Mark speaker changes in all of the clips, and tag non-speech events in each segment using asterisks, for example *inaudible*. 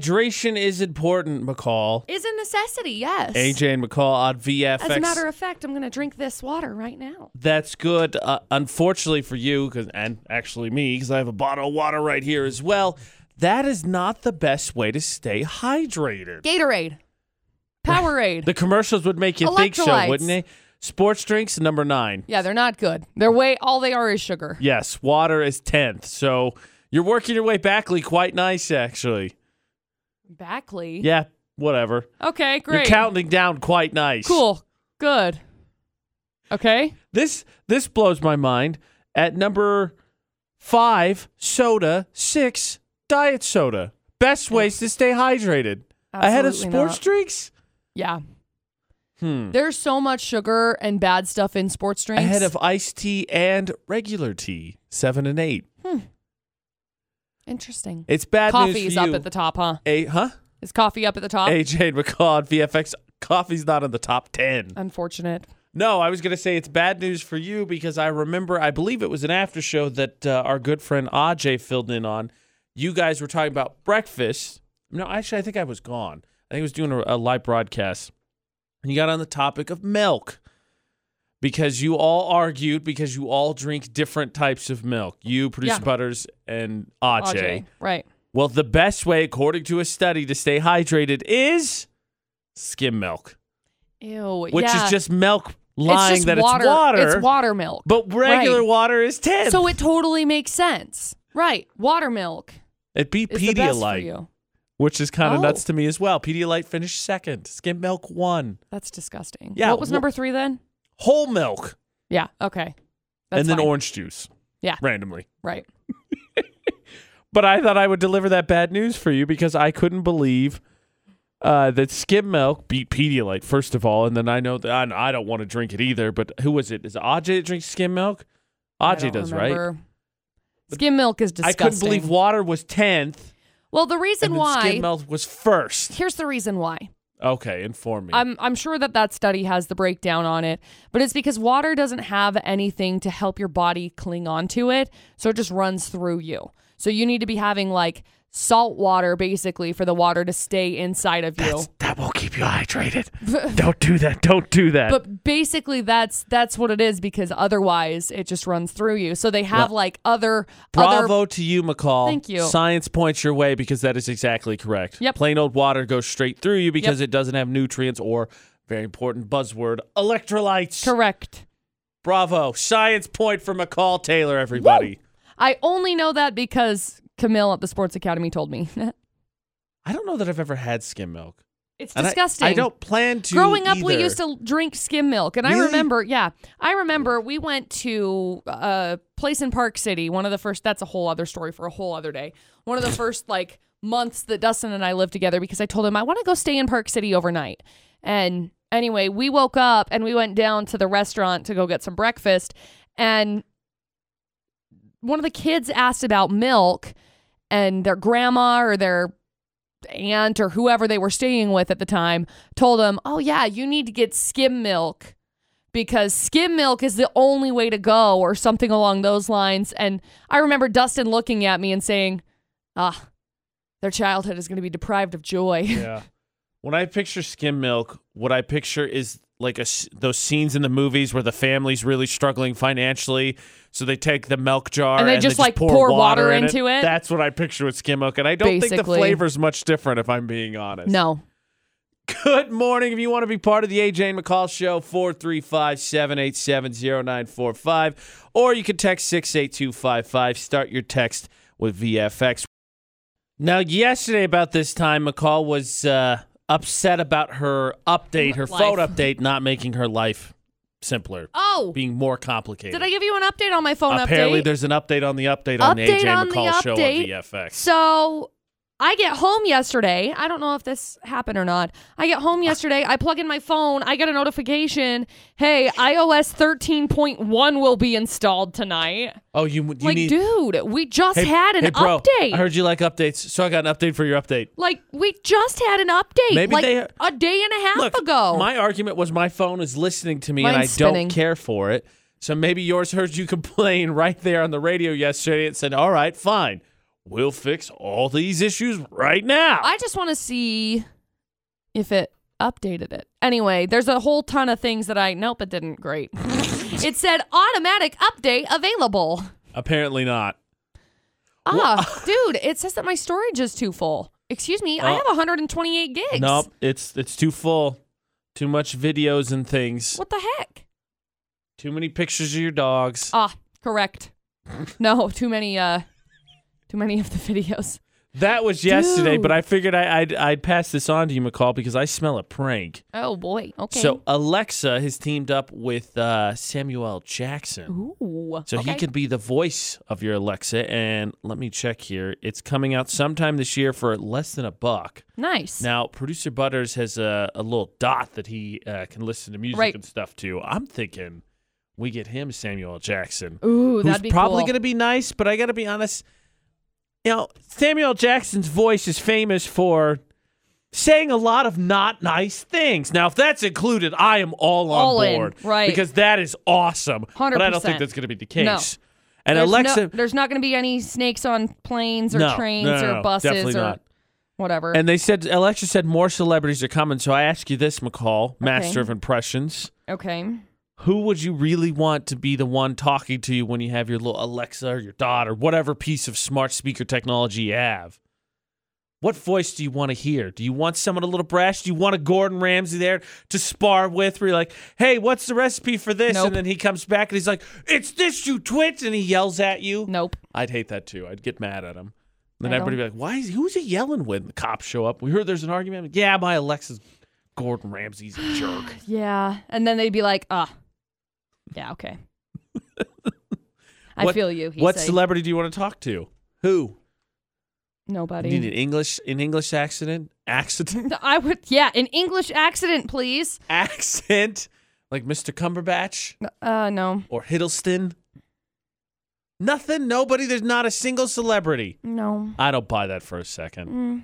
Speaker 1: Hydration is important, McCall.
Speaker 2: Is a necessity, yes.
Speaker 1: AJ and McCall on VFX.
Speaker 2: As a matter of fact, I'm going to drink this water right now.
Speaker 1: That's good. Uh, unfortunately for you, 'cause- and actually me, because I have a bottle of water right here as well. That is not the best way to stay hydrated.
Speaker 2: Gatorade.
Speaker 1: *laughs*
Speaker 2: Powerade.
Speaker 1: The commercials would make you think so,
Speaker 2: Electrolytes.
Speaker 1: wouldn't they? Sports drinks number nine.
Speaker 2: yeah, they're not good. They're way all they are is sugar.
Speaker 1: Yes, water is tenth. So you're working your way backly quite nice, actually.
Speaker 2: Backley.
Speaker 1: Yeah, whatever.
Speaker 2: Okay, great.
Speaker 1: You're counting down quite nice.
Speaker 2: Cool. Good. Okay.
Speaker 1: This this blows my mind. At number five, soda. Six, diet soda. Best ways to stay hydrated. Ahead of
Speaker 2: Absolutely
Speaker 1: sports
Speaker 2: not.
Speaker 1: drinks.
Speaker 2: Yeah.
Speaker 1: Hmm.
Speaker 2: There's so much sugar and bad stuff in sports drinks.
Speaker 1: Ahead of iced tea and regular tea. Seven and eight.
Speaker 2: Interesting.
Speaker 1: It's bad news
Speaker 2: Coffee's
Speaker 1: for
Speaker 2: up
Speaker 1: you.
Speaker 2: at the top, huh?
Speaker 1: A- huh?
Speaker 2: Is coffee up at the top?
Speaker 1: AJ and McCall on VFX. Coffee's not in the top ten.
Speaker 2: Unfortunate.
Speaker 1: No, I was going to say it's bad news for you because I remember, I believe it was an after show that uh, our good friend Aj filled in on. You guys were talking about breakfast. No, actually, I think I was gone. I think I was doing a, a live broadcast. And you got on the topic of milk because you all argued because you all drink different types of milk. You, producer
Speaker 2: Yeah.
Speaker 1: Butters, and Aj.
Speaker 2: AJ. Right.
Speaker 1: Well, the best way, according to a study, to stay hydrated is skim milk,
Speaker 2: Ew.
Speaker 1: which
Speaker 2: yeah.
Speaker 1: is just milk
Speaker 2: It's
Speaker 1: lying
Speaker 2: just
Speaker 1: that
Speaker 2: water.
Speaker 1: it's water.
Speaker 2: It's water milk.
Speaker 1: But regular
Speaker 2: Right.
Speaker 1: water is 10.
Speaker 2: So it totally makes sense. Right. Water milk
Speaker 1: It'd be
Speaker 2: is the best for
Speaker 1: Pedialyte,
Speaker 2: you.
Speaker 1: which is kind of
Speaker 2: Oh.
Speaker 1: nuts to me as well. Pedialyte finished second. Skim milk one.
Speaker 2: That's disgusting.
Speaker 1: Yeah,
Speaker 2: What was
Speaker 1: wh-
Speaker 2: number three then?
Speaker 1: Whole milk.
Speaker 2: Yeah. Okay. That's
Speaker 1: and then
Speaker 2: fine.
Speaker 1: orange juice.
Speaker 2: Yeah.
Speaker 1: Randomly.
Speaker 2: Right.
Speaker 1: But I thought I would deliver that bad news for you because I couldn't believe uh, that skim milk beat Pedialyte, first of all. And then I know that I, I don't want to drink it either. But who was it? Is it Aj that drinks skim milk?
Speaker 2: I
Speaker 1: Aj
Speaker 2: don't
Speaker 1: does, right?
Speaker 2: remember. Skim milk is
Speaker 1: I
Speaker 2: disgusting.
Speaker 1: couldn't believe water was 10th
Speaker 2: Well, the
Speaker 1: and
Speaker 2: reason
Speaker 1: then
Speaker 2: why
Speaker 1: skim milk was first.
Speaker 2: here's the reason why.
Speaker 1: Okay, inform me.
Speaker 2: I'm I'm sure that that study has the breakdown on it, but it's because water doesn't have anything to help your body cling on to it, so it just runs through you. So you need to be having like salt water basically for the water to stay inside of you.
Speaker 1: that won't keep you
Speaker 2: *laughs*
Speaker 1: hydrated. don't do that. Don't do that.
Speaker 2: but basically that's that's what it is because otherwise it just runs through you. So they have like other other
Speaker 1: Bravo to you, McCall.
Speaker 2: Thank you.
Speaker 1: Science points your way because that is exactly correct.
Speaker 2: Yep.
Speaker 1: Plain old water goes straight through you because it doesn't have nutrients or very important buzzword electrolytes.
Speaker 2: correct.
Speaker 1: Bravo. Science point for McCall Taylor, everybody.
Speaker 2: I only know that because Camille at the Sports Academy told me. *laughs*
Speaker 1: I don't know that I've ever had skim milk.
Speaker 2: it's
Speaker 1: And I-
Speaker 2: disgusting.
Speaker 1: I, don't plan to.
Speaker 2: Growing up, we
Speaker 1: either.
Speaker 2: used to drink skim milk, and I
Speaker 1: Really?
Speaker 2: remember, yeah, I remember we went to a place in Park City. One of the first. That's a whole other story for a whole other day. One of the first like months that Dustin and I lived together because I told him I want to go stay in Park City overnight, and anyway, we woke up and we went down to the restaurant to go get some breakfast, and one of the kids asked about milk, and their grandma or their aunt or whoever they were staying with at the time told them, "Oh yeah, you need to get skim milk because skim milk is the only way to go or something along those lines." And I remember Dustin looking at me and saying, "Ah, their childhood is going to be deprived of *laughs* joy."
Speaker 1: Yeah. When I picture skim milk, what I picture is like a, s- those scenes in the movies where the family's really struggling financially, so they take the milk jar
Speaker 2: And they just, like, pour water
Speaker 1: in
Speaker 2: into it?
Speaker 1: That's what I picture with skim milk, and I don't think the
Speaker 2: Basically.
Speaker 1: flavor's much different. If I'm being honest.
Speaker 2: No.
Speaker 1: Good morning. If you want to be part of the AJ and McCall show, 435 787 0945, or you can text 68255. Start your text with VFX. Now, yesterday about this time, McCall was uh, upset about her update, her
Speaker 2: Life.
Speaker 1: phone update, not making her life simpler,
Speaker 2: Oh,
Speaker 1: being more complicated.
Speaker 2: did I give you an update on my phone
Speaker 1: Apparently,
Speaker 2: update?
Speaker 1: there's an update on the update, on the AJ
Speaker 2: Update on
Speaker 1: and
Speaker 2: the
Speaker 1: McCall show on
Speaker 2: update.
Speaker 1: VFX.
Speaker 2: So I get home yesterday. I don't know if this happened or not. I get home yesterday. I plug in my phone. I get a notification. Hey, iOS 13.1 will be installed tonight.
Speaker 1: oh, you, you
Speaker 2: like,
Speaker 1: need.
Speaker 2: dude, we just
Speaker 1: Hey-
Speaker 2: had an
Speaker 1: hey, bro,
Speaker 2: update.
Speaker 1: I heard you like updates, so I got an update for your update.
Speaker 2: like, we just had an update.
Speaker 1: Maybe
Speaker 2: like,
Speaker 1: they-
Speaker 2: a day and a half
Speaker 1: Look,
Speaker 2: ago.
Speaker 1: my argument was my phone is listening to me and I
Speaker 2: Mine's spinning.
Speaker 1: don't care for it. *laughs* So maybe yours heard you complain right there on the radio yesterday and said, all right, fine. we'll fix all these issues right now.
Speaker 2: I just want to see if it updated it. Anyway, there's a whole ton of things that I nope, it
Speaker 1: *laughs*
Speaker 2: didn't. Great. it said automatic update available.
Speaker 1: Apparently not. *laughs*
Speaker 2: Ah, dude, it says that my storage is too full. Excuse me, I
Speaker 1: Oh.
Speaker 2: have 128 gigs.
Speaker 1: Nope, it's it's too full. Too much videos and things.
Speaker 2: What the heck?
Speaker 1: Too many pictures of your dogs.
Speaker 2: Ah, correct. no, too many. Uh, too many of the videos.
Speaker 1: that was yesterday,
Speaker 2: Dude.
Speaker 1: but I figured I, I'd I'd pass this on to you, McCall, because I smell a prank.
Speaker 2: Oh boy. Okay.
Speaker 1: So Alexa has teamed up with uh, Samuel Jackson.
Speaker 2: Ooh.
Speaker 1: So
Speaker 2: okay.
Speaker 1: he could be the voice of your Alexa. And let me check here. It's coming out sometime this year for less than a buck.
Speaker 2: Nice.
Speaker 1: Now, producer Butters has a, a little dot that he uh, can listen to music
Speaker 2: Right.
Speaker 1: and stuff to. I'm thinking we get him Samuel L. Jackson,
Speaker 2: Ooh,
Speaker 1: who's
Speaker 2: that'd be
Speaker 1: probably
Speaker 2: cool.
Speaker 1: going to be nice, but I got to be honest. You know, Samuel L. Jackson's voice is famous for saying a lot of not nice things. Now, if that's included, I am all on
Speaker 2: All in,
Speaker 1: board.
Speaker 2: right.
Speaker 1: Because that is awesome. But I don't
Speaker 2: 100%.
Speaker 1: think that's going to be the case.
Speaker 2: No.
Speaker 1: And
Speaker 2: There's
Speaker 1: Alexa.
Speaker 2: no- there's not going to be any snakes on planes or
Speaker 1: No,
Speaker 2: trains
Speaker 1: no, no,
Speaker 2: or
Speaker 1: no,
Speaker 2: buses
Speaker 1: definitely
Speaker 2: or
Speaker 1: not.
Speaker 2: whatever.
Speaker 1: And they said Alexa said more celebrities are coming, so I ask you this, McCall, master of impressions.
Speaker 2: okay.
Speaker 1: Who would you really want to be the one talking to you when you have your little Alexa or your dot or whatever piece of smart speaker technology you have? What voice do you want to hear? Do you want someone a little brash? Do you want a Gordon Ramsay there to spar with where you're like, hey, what's the recipe for this?
Speaker 2: Nope.
Speaker 1: And then he comes back and he's like, it's this, you twit. And he yells at you.
Speaker 2: Nope.
Speaker 1: I'd hate that too. I'd get mad at him. And then
Speaker 2: I
Speaker 1: everybody be like, "Why is who's he yelling when the cops show up?" We heard there's an argument. I'm like, yeah, my Alexa's Gordon Ramsay's a jerk.
Speaker 2: Yeah. And then they'd be like, ah.
Speaker 1: *laughs*
Speaker 2: Yeah, okay. I
Speaker 1: What-
Speaker 2: feel you. He's
Speaker 1: what
Speaker 2: a-
Speaker 1: celebrity do you want to talk to? Who? You need an
Speaker 2: Nobody.
Speaker 1: English an English accident? Accident?
Speaker 2: I would, yeah, an English accident, please.
Speaker 1: *laughs* Accent? Like Mr. Cumberbatch
Speaker 2: Uh, no.
Speaker 1: or Hiddleston? Nothing, nobody, there's not a single celebrity.
Speaker 2: No.
Speaker 1: I don't buy that for a second.
Speaker 2: Mm.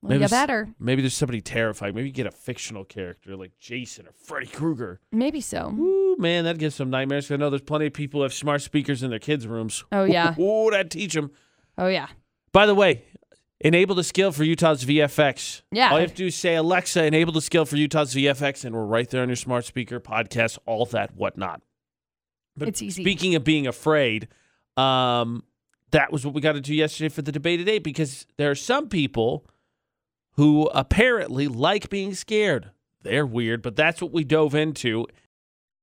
Speaker 2: Well,
Speaker 1: Maybe
Speaker 2: you
Speaker 1: s-
Speaker 2: better.
Speaker 1: Maybe there's somebody terrifying. Maybe you get a fictional character like Jason or Freddy Krueger.
Speaker 2: Maybe so.
Speaker 1: Ooh, man, that gives some nightmares. I know there's plenty of people who have smart speakers in their kids' rooms.
Speaker 2: Oh, yeah.
Speaker 1: Ooh, that teach them.
Speaker 2: Oh, yeah.
Speaker 1: By the way, enable the skill for Utah's VFX.
Speaker 2: Yeah.
Speaker 1: All you have to do is say, Alexa, enable the skill for Utah's VFX, and we're right there on your smart speaker, podcast, all that, whatnot. But
Speaker 2: It's easy.
Speaker 1: Speaking of being afraid, um, that was what we got to do yesterday for the debate today because there are some people who apparently like being scared. They're weird, but that's what we dove into.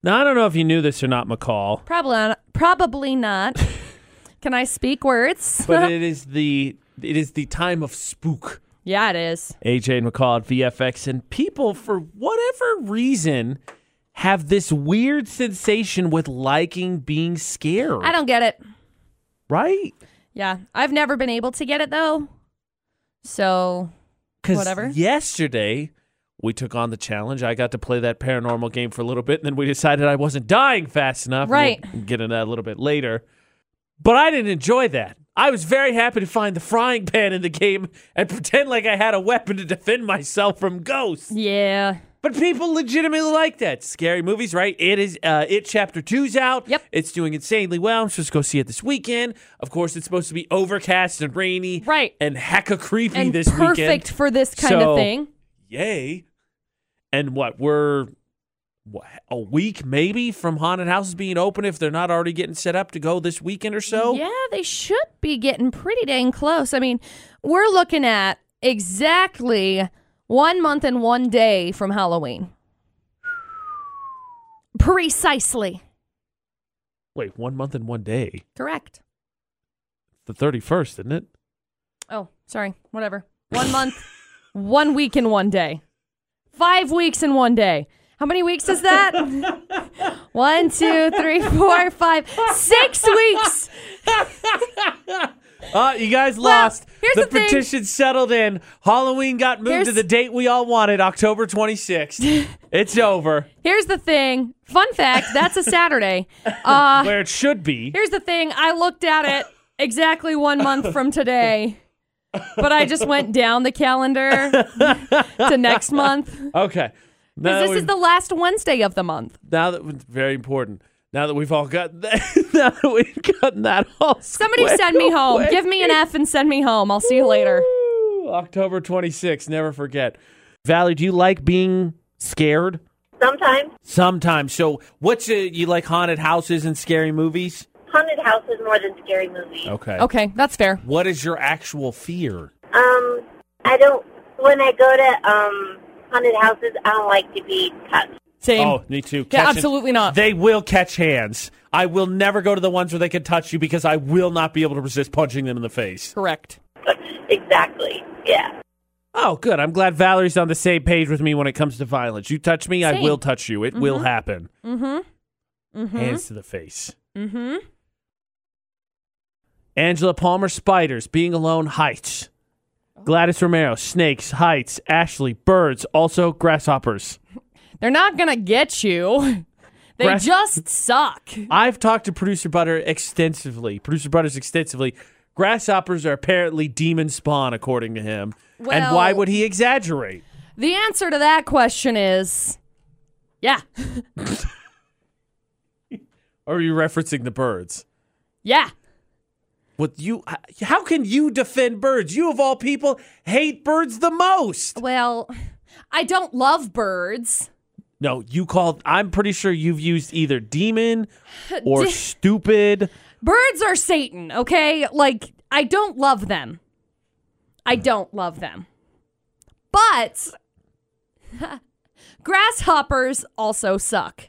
Speaker 1: Now, I don't know if you knew this or not, McCall,
Speaker 2: Probably not. Probably not.
Speaker 1: *laughs*
Speaker 2: Can I speak words? *laughs*
Speaker 1: but it is the it is the time of spook.
Speaker 2: yeah, it is.
Speaker 1: AJ and McCall at VFX, and people, for whatever reason, have this weird sensation with liking being scared.
Speaker 2: I don't get it.
Speaker 1: right?
Speaker 2: Yeah. I've never been able to get it, though. So,
Speaker 1: Because
Speaker 2: Whatever.
Speaker 1: yesterday we took on the challenge. I got to play that paranormal game for a little bit, and then we decided I wasn't dying fast enough. We'll
Speaker 2: Right.
Speaker 1: get into that a little bit later. But I didn't enjoy that. I was very happy to find the frying pan in the game and pretend like I had a weapon to defend myself from ghosts.
Speaker 2: yeah.
Speaker 1: But people legitimately like that. Scary movies, right? It is uh it chapter two's out.
Speaker 2: Yep.
Speaker 1: It's doing insanely well. I'm supposed to go see it this weekend. Of course, it's supposed to be overcast and rainy.
Speaker 2: Right.
Speaker 1: And hecka creepy
Speaker 2: and
Speaker 1: this
Speaker 2: perfect
Speaker 1: weekend.
Speaker 2: for this kind
Speaker 1: So-
Speaker 2: of thing.
Speaker 1: Yay. And what, we're what, a week maybe from haunted houses being open if they're not already getting set up to go this weekend or so?
Speaker 2: Yeah, they should be getting pretty dang close. I mean, we're looking at exactly one month and one day from Halloween. Precisely.
Speaker 1: Wait, one month and one day.
Speaker 2: Correct.
Speaker 1: The thirty first, isn't it?
Speaker 2: Oh, sorry. Whatever. One month, one week, and one day. Five weeks in one day. How many weeks is that? one, two, three, four, five, six weeks.
Speaker 1: Uh, you guys lost.
Speaker 2: here's
Speaker 1: the,
Speaker 2: the thing.
Speaker 1: petition settled in. Halloween got moved to
Speaker 2: Here's-
Speaker 1: the date we all wanted, October
Speaker 2: *laughs*
Speaker 1: 26th. it's over.
Speaker 2: Here's the thing. Fun fact that's a Saturday. Uh,
Speaker 1: Where it should be.
Speaker 2: Here's the thing. I looked at it exactly one month from today, but I just went down the calendar to next month.
Speaker 1: Okay. Now,
Speaker 2: This
Speaker 1: that
Speaker 2: is
Speaker 1: we-
Speaker 2: the last Wednesday of the month.
Speaker 1: now that it's very important. Now that we've all got *laughs* that, now that we've gotten that all.
Speaker 2: Somebody
Speaker 1: squared *laughs*
Speaker 2: send me home.
Speaker 1: away.
Speaker 2: Give me an F and send me home. I'll see you later.
Speaker 1: Woo! October 26th. Never forget. Valerie, do you like being scared?
Speaker 3: Sometimes
Speaker 1: Sometimes. So, what's uh you like haunted houses and scary movies?
Speaker 3: haunted houses more than scary movies.
Speaker 1: Okay.
Speaker 2: Okay, that's fair.
Speaker 1: What is your actual fear?
Speaker 3: Um, I don't. When I go to um haunted houses, I don't like to be touched. *laughs*
Speaker 2: Same.
Speaker 1: Oh, me too.
Speaker 2: Yeah,
Speaker 1: Catching-
Speaker 2: absolutely not.
Speaker 1: They will catch hands. I will never go to the ones where they can touch you because I will not be able to resist punching them in the face.
Speaker 2: Correct.
Speaker 3: exactly. Yeah.
Speaker 1: Oh, good. I'm glad Valerie's on the same page with me when it comes to violence. You touch me, I
Speaker 2: Same.
Speaker 1: will touch you. It will happen.
Speaker 2: Mm-hmm. Mm-hmm.
Speaker 1: Hands to the face.
Speaker 2: Mm-hmm.
Speaker 1: Angela Palmer, spiders. Being alone, heights.
Speaker 2: Oh.
Speaker 1: Gladys Romero, snakes, heights. Ashley, birds. Also, grasshoppers.
Speaker 2: They're not gonna get you. They
Speaker 1: Breath-
Speaker 2: just suck.
Speaker 1: I've talked to producer Butter extensively. Producer Butters extensively. Grasshoppers are apparently demon spawn, according to him. and
Speaker 2: Well-
Speaker 1: why would he exaggerate?
Speaker 2: The answer to that question is yeah.
Speaker 1: Or are you referencing the birds?
Speaker 2: Yeah.
Speaker 1: What you? How can you defend birds? You of all people hate birds the most.
Speaker 2: Well, I don't love birds.
Speaker 1: No, you called. I'm pretty sure you've used either
Speaker 2: *laughs*
Speaker 1: demon or
Speaker 2: Di-
Speaker 1: stupid.
Speaker 2: Birds are Satan, okay? Like, I don't love them. I don't love them. But *laughs* grasshoppers also suck.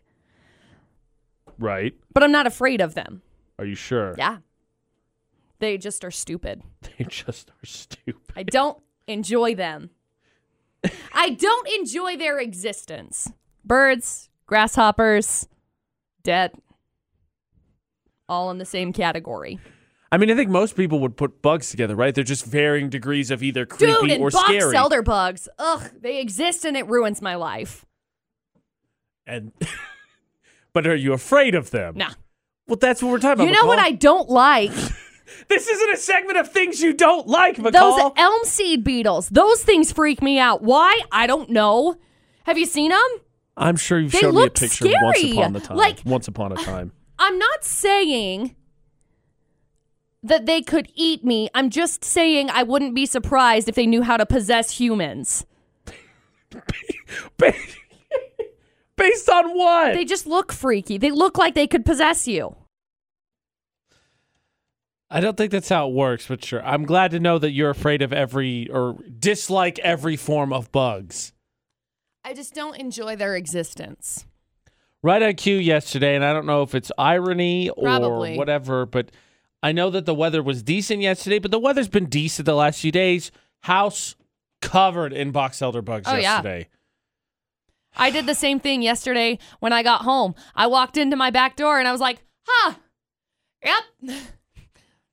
Speaker 1: Right?
Speaker 2: But I'm not afraid of them.
Speaker 1: Are you sure?
Speaker 2: Yeah. They just are stupid.
Speaker 1: *laughs* They just are stupid.
Speaker 2: I don't enjoy them. I don't enjoy their existence. Birds, grasshoppers, dead. All in the same category.
Speaker 1: I mean, I think most people would put bugs together, right? They're just varying degrees of either creepy
Speaker 2: Dude, and
Speaker 1: or
Speaker 2: box
Speaker 1: scary.
Speaker 2: elder bugs. Ugh, they exist and it ruins my life.
Speaker 1: and *laughs* but are you afraid of them?
Speaker 2: Nah.
Speaker 1: Well, that's what we're talking
Speaker 2: You
Speaker 1: about.
Speaker 2: know what I
Speaker 1: McCall.
Speaker 2: don't like?
Speaker 1: This isn't a segment of things you don't like,
Speaker 2: Those
Speaker 1: McCall.
Speaker 2: elm seed beetles. Those things freak me out. Why? I don't know. Have you seen them?
Speaker 1: I'm sure you've
Speaker 2: They
Speaker 1: shown me a
Speaker 2: look
Speaker 1: picture of once
Speaker 2: scary.
Speaker 1: upon the time.
Speaker 2: Like-
Speaker 1: once upon a time.
Speaker 2: I'm not saying that they could eat me. I'm just saying I wouldn't be surprised if they knew how to possess humans.
Speaker 1: *laughs* Ba- Based on what?
Speaker 2: They just look freaky. They look like they could possess you.
Speaker 1: I don't think that's how it works, but sure. I'm glad to know that you're afraid of every or dislike every form of bugs.
Speaker 2: I just don't enjoy their existence.
Speaker 1: Right on cue yesterday, and I don't know if it's irony or
Speaker 2: Probably.
Speaker 1: whatever, but I know that the weather was decent yesterday, but the weather's been decent the last few days. House covered in box elder bugs
Speaker 2: Oh, yeah.
Speaker 1: yesterday.
Speaker 2: I did the same thing yesterday when I got home. I walked into my back door and I was like, huh, yep, *laughs*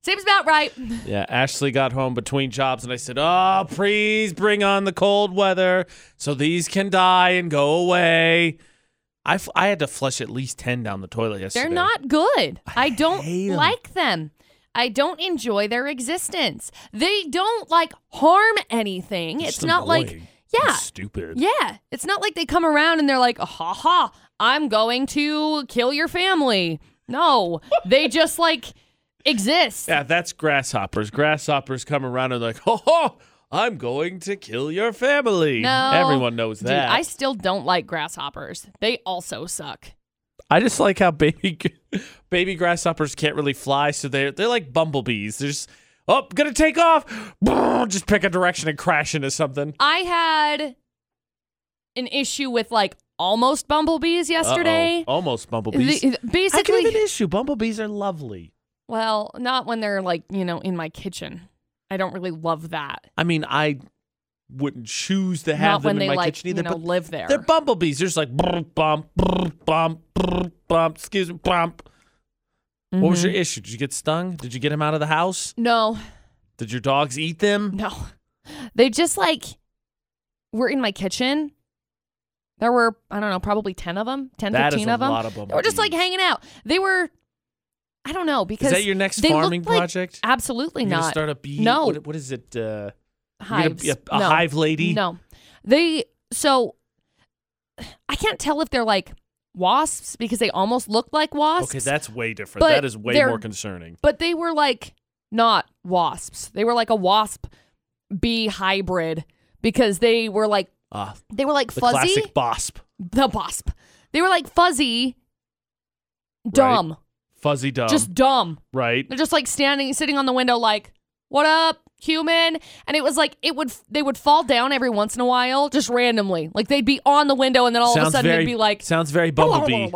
Speaker 2: seems
Speaker 1: *laughs*
Speaker 2: about right.
Speaker 1: Yeah. Ashley got home between jobs, and I said, Oh, please bring on the cold weather so these can die and go away. I, f- I had to flush at least 10 down the toilet yesterday.
Speaker 2: They're not good. I, don't
Speaker 1: hate 'em.
Speaker 2: like them. I don't enjoy their existence. They don't like harm anything. It's,
Speaker 1: just
Speaker 2: not like
Speaker 1: annoying.
Speaker 2: yeah.
Speaker 1: It's stupid.
Speaker 2: Yeah, it's not like they come around and they're like, "Ha ha, I'm going to kill your family."
Speaker 1: *laughs*
Speaker 2: No, they just like exist.
Speaker 1: Yeah, that's grasshoppers. Grasshoppers come around and like, *laughs* ho ho, I'm going to kill your family.
Speaker 2: No.
Speaker 1: Everyone knows
Speaker 2: Dude,
Speaker 1: that.
Speaker 2: I still don't like grasshoppers. They also suck.
Speaker 1: I just like how baby *laughs* baby grasshoppers can't really fly, so they're they're like bumblebees. They're just oh, gonna take off. *laughs* Just pick a direction and crash into something.
Speaker 2: I had an issue with like almost bumblebees yesterday.
Speaker 1: Uh-oh. almost bumblebees.
Speaker 2: The-
Speaker 1: I can
Speaker 2: basically,
Speaker 1: have an issue. Bumblebees are lovely.
Speaker 2: well, not when they're like, you know, in my kitchen. I don't really love that.
Speaker 1: I mean, I wouldn't choose to
Speaker 2: Not
Speaker 1: have
Speaker 2: when
Speaker 1: them in
Speaker 2: they
Speaker 1: my
Speaker 2: like,
Speaker 1: kitchen
Speaker 2: you
Speaker 1: either.
Speaker 2: know,
Speaker 1: but
Speaker 2: live there.
Speaker 1: They're bumblebees. They're just like *laughs* brr, bump, brr, bump, brr, bump. Excuse me, bump. What
Speaker 2: Mm-hmm.
Speaker 1: was your issue? Did you get stung? Did you get him out of the house?
Speaker 2: No,
Speaker 1: Did your dogs eat them?
Speaker 2: No. They just like were in my kitchen. There were, I don't know, probably 10 of them, 10,
Speaker 1: That is
Speaker 2: 15
Speaker 1: a
Speaker 2: of them.
Speaker 1: lot of
Speaker 2: They were just like
Speaker 1: bumblebees.
Speaker 2: hanging out. They were, I don't know, because.
Speaker 1: Is that your next
Speaker 2: they look
Speaker 1: farming
Speaker 2: like-
Speaker 1: project?
Speaker 2: Absolutely
Speaker 1: You're gonna
Speaker 2: not.
Speaker 1: start a bee.
Speaker 2: No.
Speaker 1: What, what is it? Uh, you're gonna
Speaker 2: Hives.
Speaker 1: be a, a
Speaker 2: no.
Speaker 1: hive lady.
Speaker 2: No. They, so I can't tell if they're like wasps because they almost looked like wasps.
Speaker 1: Okay, that's way different.
Speaker 2: But
Speaker 1: That is way
Speaker 2: they're-
Speaker 1: more concerning.
Speaker 2: but they were like not wasps. They were like a wasp bee hybrid because they were like
Speaker 1: Ah,
Speaker 2: they were like
Speaker 1: the
Speaker 2: fuzzy.
Speaker 1: classic bosp.
Speaker 2: The wasp. They were like fuzzy, dumb,
Speaker 1: Fuzzy dumb.
Speaker 2: just dumb.
Speaker 1: right?
Speaker 2: They're just like standing, sitting on the window, like, "What up, human?" And it was like it would they would fall down every once in a while, just randomly. Like they'd be on the window, and then all of a sudden
Speaker 1: very,
Speaker 2: it'd be like,
Speaker 1: sounds very
Speaker 2: *laughs*
Speaker 1: bumblebee.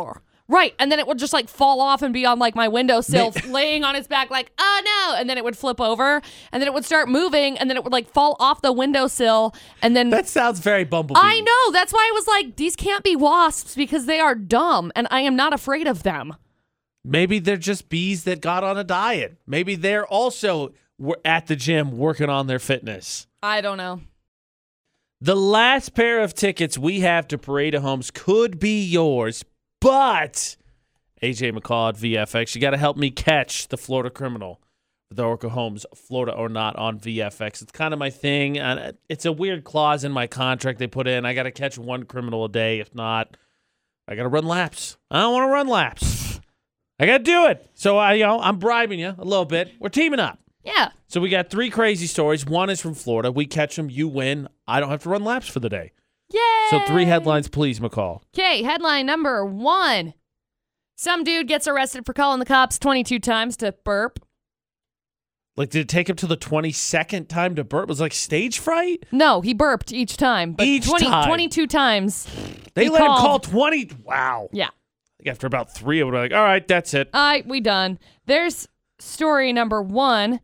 Speaker 2: Right, and then it would just like fall off and be on like
Speaker 1: *laughs*
Speaker 2: my windowsill, laying on its back, like oh no, and then it would flip over, and then it would start moving, and then it would like fall off the windowsill, and then
Speaker 1: That sounds very bumblebee.
Speaker 2: I know that's why I was like, these can't be wasps because they are dumb, and I am not afraid of them.
Speaker 1: Maybe they're just bees that got on a diet. Maybe they're also were at the gym working on their fitness.
Speaker 2: I don't know.
Speaker 1: The last pair of tickets we have to Parade of Homes could be yours, but AJ McCall at VFX, you got to help me catch the Florida criminal, the Orca Homes, Florida or not, on VFX. It's kind of my thing. and uh, It's a weird clause in my contract they put in. I got to catch one criminal a day. If not, I got to run laps. I don't want to run laps. I got to do it. So I, you know, I'm bribing you a little bit. We're teaming up.
Speaker 2: Yeah,
Speaker 1: So we got three crazy stories. One is from Florida. We catch them, you win. I don't have to run laps for the day.
Speaker 2: yay!
Speaker 1: So three headlines, please, McCall.
Speaker 2: Okay, headline number one. Some dude gets arrested for calling the cops 22 times to burp.
Speaker 1: Like, did it take him to the twenty second time to burp? Was it like stage fright?
Speaker 2: No, he burped each time. But
Speaker 1: Each
Speaker 2: 20,
Speaker 1: time.
Speaker 2: 22 times.
Speaker 1: They
Speaker 2: He
Speaker 1: let him call
Speaker 2: called.
Speaker 1: twenty. Wow.
Speaker 2: Yeah.
Speaker 1: Like, After about three, I would be like, all right, that's it.
Speaker 2: All right, we done. There's story number one.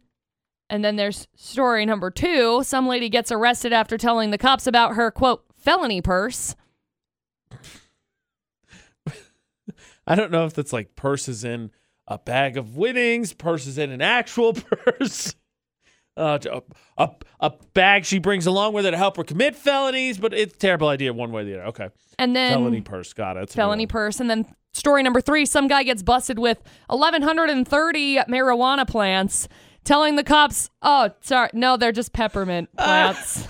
Speaker 2: And then there's story number two. Some lady gets arrested after telling the cops about her, quote, felony purse.
Speaker 1: I don't know if that's like purses in a bag of winnings, purses in an actual *laughs* purse. Uh, a, a, a bag she brings along with her to help her commit felonies, but it's a terrible idea one way or the other. Okay.
Speaker 2: And then
Speaker 1: felony purse. Got it. That's a new
Speaker 2: felony
Speaker 1: one.
Speaker 2: purse. And then story number three some guy gets busted with 1,130 marijuana plants, telling the cops, oh, sorry, no, they're
Speaker 1: *laughs*
Speaker 2: just peppermint plants.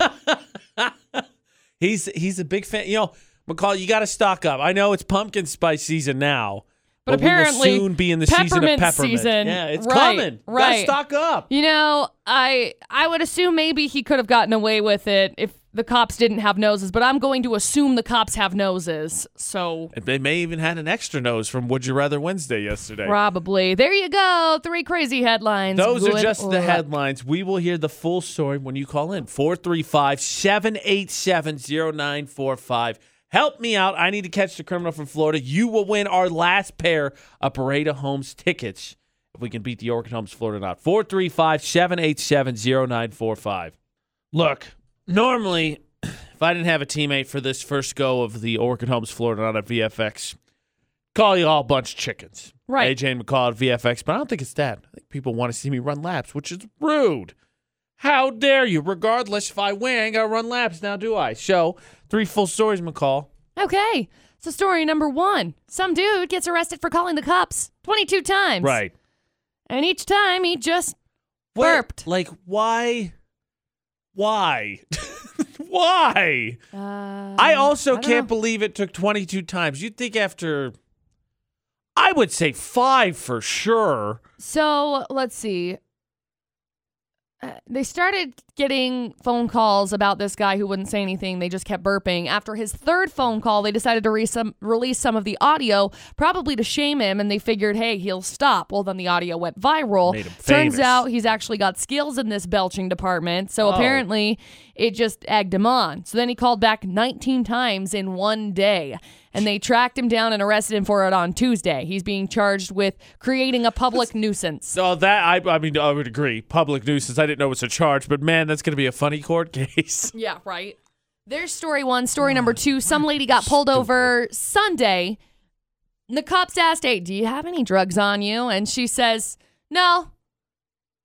Speaker 1: He's he's a big fan. You know, McCall, you got to stock up. I know it's pumpkin spice season now,
Speaker 2: But
Speaker 1: we will
Speaker 2: apparently
Speaker 1: soon be in the season of
Speaker 2: peppermint
Speaker 1: peppermint.
Speaker 2: season.
Speaker 1: Yeah, it's
Speaker 2: Right,
Speaker 1: coming.
Speaker 2: right.
Speaker 1: Got to stock up.
Speaker 2: you know, I I would assume maybe he could have gotten away with it if the cops didn't have noses, but I'm going to assume the cops have noses. So
Speaker 1: And They may even had an extra nose from Would You Rather Wednesday yesterday.
Speaker 2: probably. There you go. Three crazy headlines.
Speaker 1: Those are
Speaker 2: Good
Speaker 1: just the
Speaker 2: luck.
Speaker 1: headlines. We will hear the full story when you call in 435 787 0945. Help me out. I need to catch the criminal from Florida. You will win our last pair of Parade of Homes tickets if we can beat the Orchid Homes Florida Knot. 435 787 0945. Look, normally, if I didn't have a teammate for this first go of the Orchid Homes Florida Knot at VFX, call you all a bunch of chickens.
Speaker 2: Right.
Speaker 1: AJ and McCall at VFX, but I don't think it's that. I think people want to see me run laps, which is rude. How dare you? Regardless, if I win, I ain't gotta run laps now, do I? So, three full stories, McCall.
Speaker 2: Okay. So story number one. Some dude gets arrested for calling the cops 22 times. And each time he just Burped.
Speaker 1: Like, why? Why? *laughs* why?
Speaker 2: uh,
Speaker 1: I also
Speaker 2: don't
Speaker 1: can't
Speaker 2: know.
Speaker 1: believe it took 22 times. You'd think after, I would say five for sure.
Speaker 2: So let's see. Uh, They started getting phone calls about this guy who wouldn't say anything. They just kept burping. After his third phone call, they decided to re- some, release some of the audio, probably to shame him, and they figured, hey, he'll stop. Well, then the audio went viral.
Speaker 1: Made him
Speaker 2: Turns
Speaker 1: famous.
Speaker 2: out he's actually got skills in this belching department. So
Speaker 1: Oh.
Speaker 2: apparently it just egged him on. So then he called back 19 times in one day, and they tracked him down and arrested him for it on Tuesday. He's being charged with creating a public nuisance.
Speaker 1: So that I, I mean, I would agree. Public nuisance. I didn't know it was a charge, but man, that's gonna be a funny court *laughs* case.
Speaker 2: Yeah, right. There's story one. Story number two. Some lady got pulled over Sunday. And the cops asked, Hey, do you have any drugs on you? And she says, No,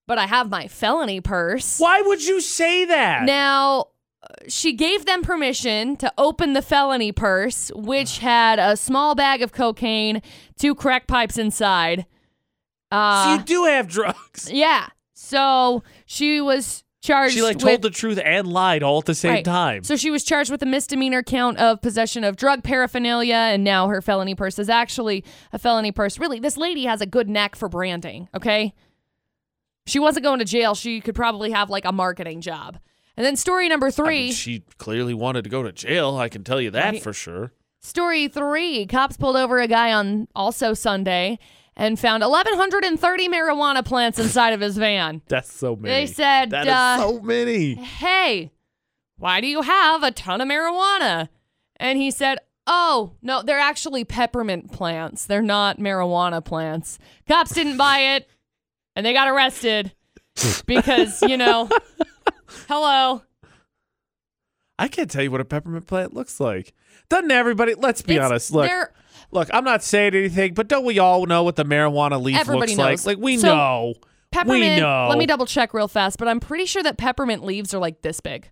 Speaker 2: but I have my felony purse.
Speaker 1: Why would you say that?
Speaker 2: Now, uh, she gave them permission to open the felony purse,
Speaker 1: *sighs*
Speaker 2: which had a small bag of cocaine, two crack pipes inside.
Speaker 1: So
Speaker 2: Uh, *laughs*
Speaker 1: you do have drugs.
Speaker 2: yeah. So she was charged.
Speaker 1: She like
Speaker 2: with-
Speaker 1: told the truth and lied all at the same
Speaker 2: Right.
Speaker 1: time.
Speaker 2: So she was charged with a misdemeanor count of possession of drug paraphernalia, and now her felony purse is actually a felony purse. Really, this lady has a good knack for branding, okay? She wasn't going to jail. She could probably have like a marketing job. And then story number
Speaker 1: I
Speaker 2: three.
Speaker 1: mean, she clearly wanted to go to jail. I can tell you that
Speaker 2: Right.
Speaker 1: for sure.
Speaker 2: Story three cops pulled over a guy on also Sunday and found 1,130 marijuana plants inside of his van.
Speaker 1: That's so many.
Speaker 2: They said,
Speaker 1: That is
Speaker 2: uh,
Speaker 1: so many.
Speaker 2: Hey, why do you have a ton of marijuana? And he said, Oh, no, they're actually peppermint plants. They're not marijuana plants. Cops didn't buy it and they got
Speaker 1: *laughs*
Speaker 2: arrested because, you know, hello.
Speaker 1: I can't tell you what a peppermint plant looks like. Doesn't everybody? Let's be
Speaker 2: It's-
Speaker 1: honest. Look,
Speaker 2: they're-
Speaker 1: look. I'm not saying anything, but don't we all know what the marijuana leaf
Speaker 2: Everybody
Speaker 1: looks
Speaker 2: knows.
Speaker 1: like? Like we
Speaker 2: So,
Speaker 1: know.
Speaker 2: Peppermint.
Speaker 1: We know.
Speaker 2: Let me double check real fast, but I'm pretty sure that peppermint leaves are like this big.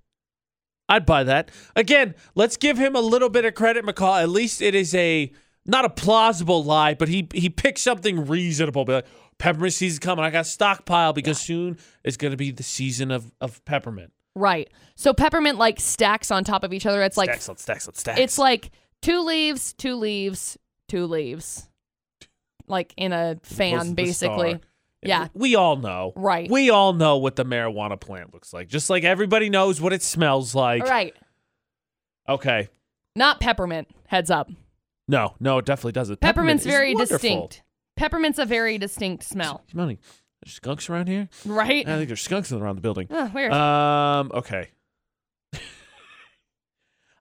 Speaker 1: I'd buy that. Again, let's give him a little bit of credit, McCall. At least it is a not a plausible lie, but he he picked something reasonable. Be like, peppermint season coming. I got stockpile because soon is going to be the season of of peppermint.
Speaker 2: Right. So peppermint like stacks on top of each other. It's like
Speaker 1: stacks on stacks on stacks.
Speaker 2: it's like two leaves, two leaves, two leaves. Like in a
Speaker 1: Close to
Speaker 2: fan
Speaker 1: the
Speaker 2: basically.
Speaker 1: star.
Speaker 2: Yeah.
Speaker 1: We all know.
Speaker 2: Right.
Speaker 1: We all know what the marijuana plant looks like. Just like everybody knows what it smells like.
Speaker 2: right.
Speaker 1: Okay.
Speaker 2: Not peppermint, heads up.
Speaker 1: No, no, it definitely doesn't.
Speaker 2: Peppermint's
Speaker 1: Peppermint is
Speaker 2: very
Speaker 1: wonderful.
Speaker 2: distinct. Peppermint's a very distinct smell,
Speaker 1: Money. There's skunks around here?
Speaker 2: right?
Speaker 1: I think there's skunks around the building.
Speaker 2: *laughs* Ugh, *laughs* weird.
Speaker 1: Um. Okay. *laughs*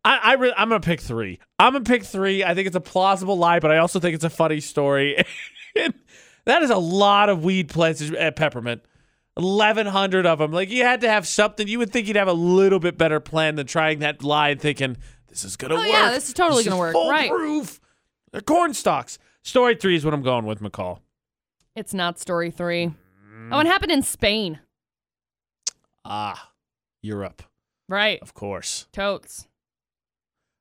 Speaker 1: I, I re- I'm gonna pick three. I'm gonna pick three. I think it's a plausible lie, but I also think it's a funny story. *laughs* And that is a lot of weed plants at Peppermint. Eleven hundred of them. Like you had to have something. You would think you'd have a little bit better plan than trying that lie and thinking this is gonna
Speaker 2: Oh,
Speaker 1: work.
Speaker 2: yeah, this is totally gonna work. Right.
Speaker 1: Foolproof. They're corn stalks. Story three is what I'm going with, McCall.
Speaker 2: it's not story three.
Speaker 1: mm.
Speaker 2: Oh, it happened in Spain,
Speaker 1: Ah, Europe,
Speaker 2: right?
Speaker 1: of course.
Speaker 2: Totes.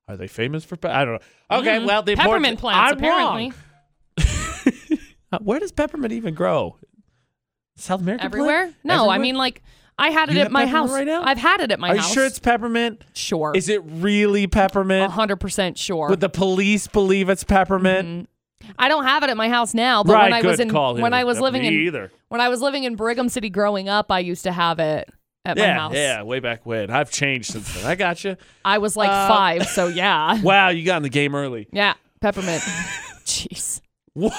Speaker 1: Are they famous for? Pe- I don't know. Okay,
Speaker 2: Mhm.
Speaker 1: well, the
Speaker 2: peppermint
Speaker 1: important-
Speaker 2: plants
Speaker 1: I'm
Speaker 2: apparently.
Speaker 1: wrong. Uh, Where does peppermint even grow? South America. plant?
Speaker 2: Everywhere? No, I
Speaker 1: Everywhere?
Speaker 2: mean like I had it
Speaker 1: You
Speaker 2: at
Speaker 1: have
Speaker 2: my
Speaker 1: peppermint
Speaker 2: house.
Speaker 1: right now?
Speaker 2: I've had it at my
Speaker 1: Are you
Speaker 2: house.
Speaker 1: sure it's peppermint?
Speaker 2: sure?
Speaker 1: Is it really peppermint?
Speaker 2: hundred percent sure?
Speaker 1: Would the police believe it's peppermint?
Speaker 2: I don't have it at my house now, Mm-hmm. but
Speaker 1: right.
Speaker 2: when I
Speaker 1: good
Speaker 2: was in
Speaker 1: call.
Speaker 2: when
Speaker 1: Haley.
Speaker 2: I was
Speaker 1: Yeah,
Speaker 2: living
Speaker 1: me
Speaker 2: in
Speaker 1: either.
Speaker 2: when I was living in Brigham City growing up, I used to have it at
Speaker 1: Yeah,
Speaker 2: my house.
Speaker 1: yeah. Way back when. I've changed since then. I got you.
Speaker 2: I was like
Speaker 1: Uh,
Speaker 2: five,
Speaker 1: *laughs*
Speaker 2: so yeah,
Speaker 1: Wow, you got in the game early. *laughs*
Speaker 2: yeah, peppermint. Jeez,
Speaker 1: What?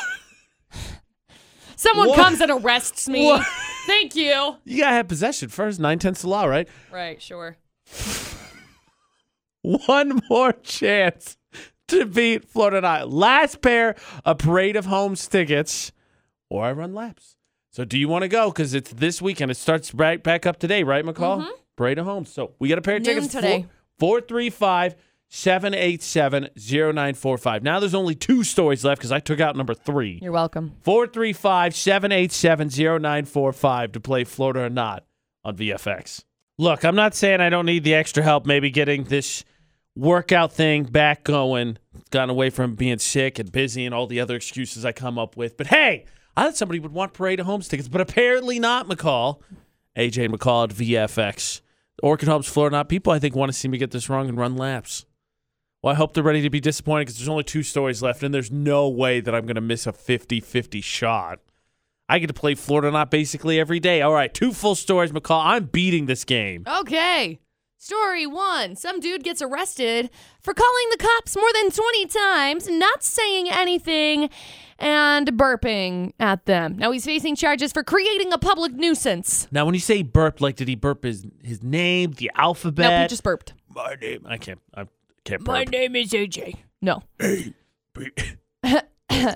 Speaker 2: someone
Speaker 1: What?
Speaker 2: comes and arrests me.
Speaker 1: What?
Speaker 2: Thank you.
Speaker 1: You gotta have possession first. Nine tenths of law, right?
Speaker 2: Right, sure.
Speaker 1: *laughs* one more chance to beat Florida and I. Last pair of Parade of Homes tickets, or I run laps. So do you want to go? Because it's this weekend. It starts right back up today, right, McCall? Parade of Homes. So we got a pair of
Speaker 2: Mm-hmm. Noon
Speaker 1: tickets
Speaker 2: today.
Speaker 1: 435 787 0945. Now there's only two stories left because I took out number three.
Speaker 2: You're welcome.
Speaker 1: 435 787 0945 to play Florida or Not on VFX. Look, I'm not saying I don't need the extra help, maybe getting this workout thing back going. Gotten away from being sick and busy and all the other excuses I come up with. But hey, I thought somebody would want Parade of Homes tickets, but apparently not, McCall. AJ McCall at VFX. Orchid Homes, Florida or Not. People, I think, want to see me get this wrong and run laps. Well, I hope they're ready to be disappointed because there's only two stories left, and there's no way that I'm going to miss a 50 50 shot. I get to play Florida Not basically every day. All right, two full stories, McCall. I'm beating this game.
Speaker 2: Okay. Story one Some dude gets arrested for calling the cops more than 20 times, not saying anything, and burping at them. Now he's facing charges for creating a public nuisance.
Speaker 1: Now, when you say burp, like, did he burp his, his name, the alphabet?
Speaker 2: Nope, he just burped.
Speaker 1: My name. I can't. I can't burp.
Speaker 2: name is AJ. No. *clears throat*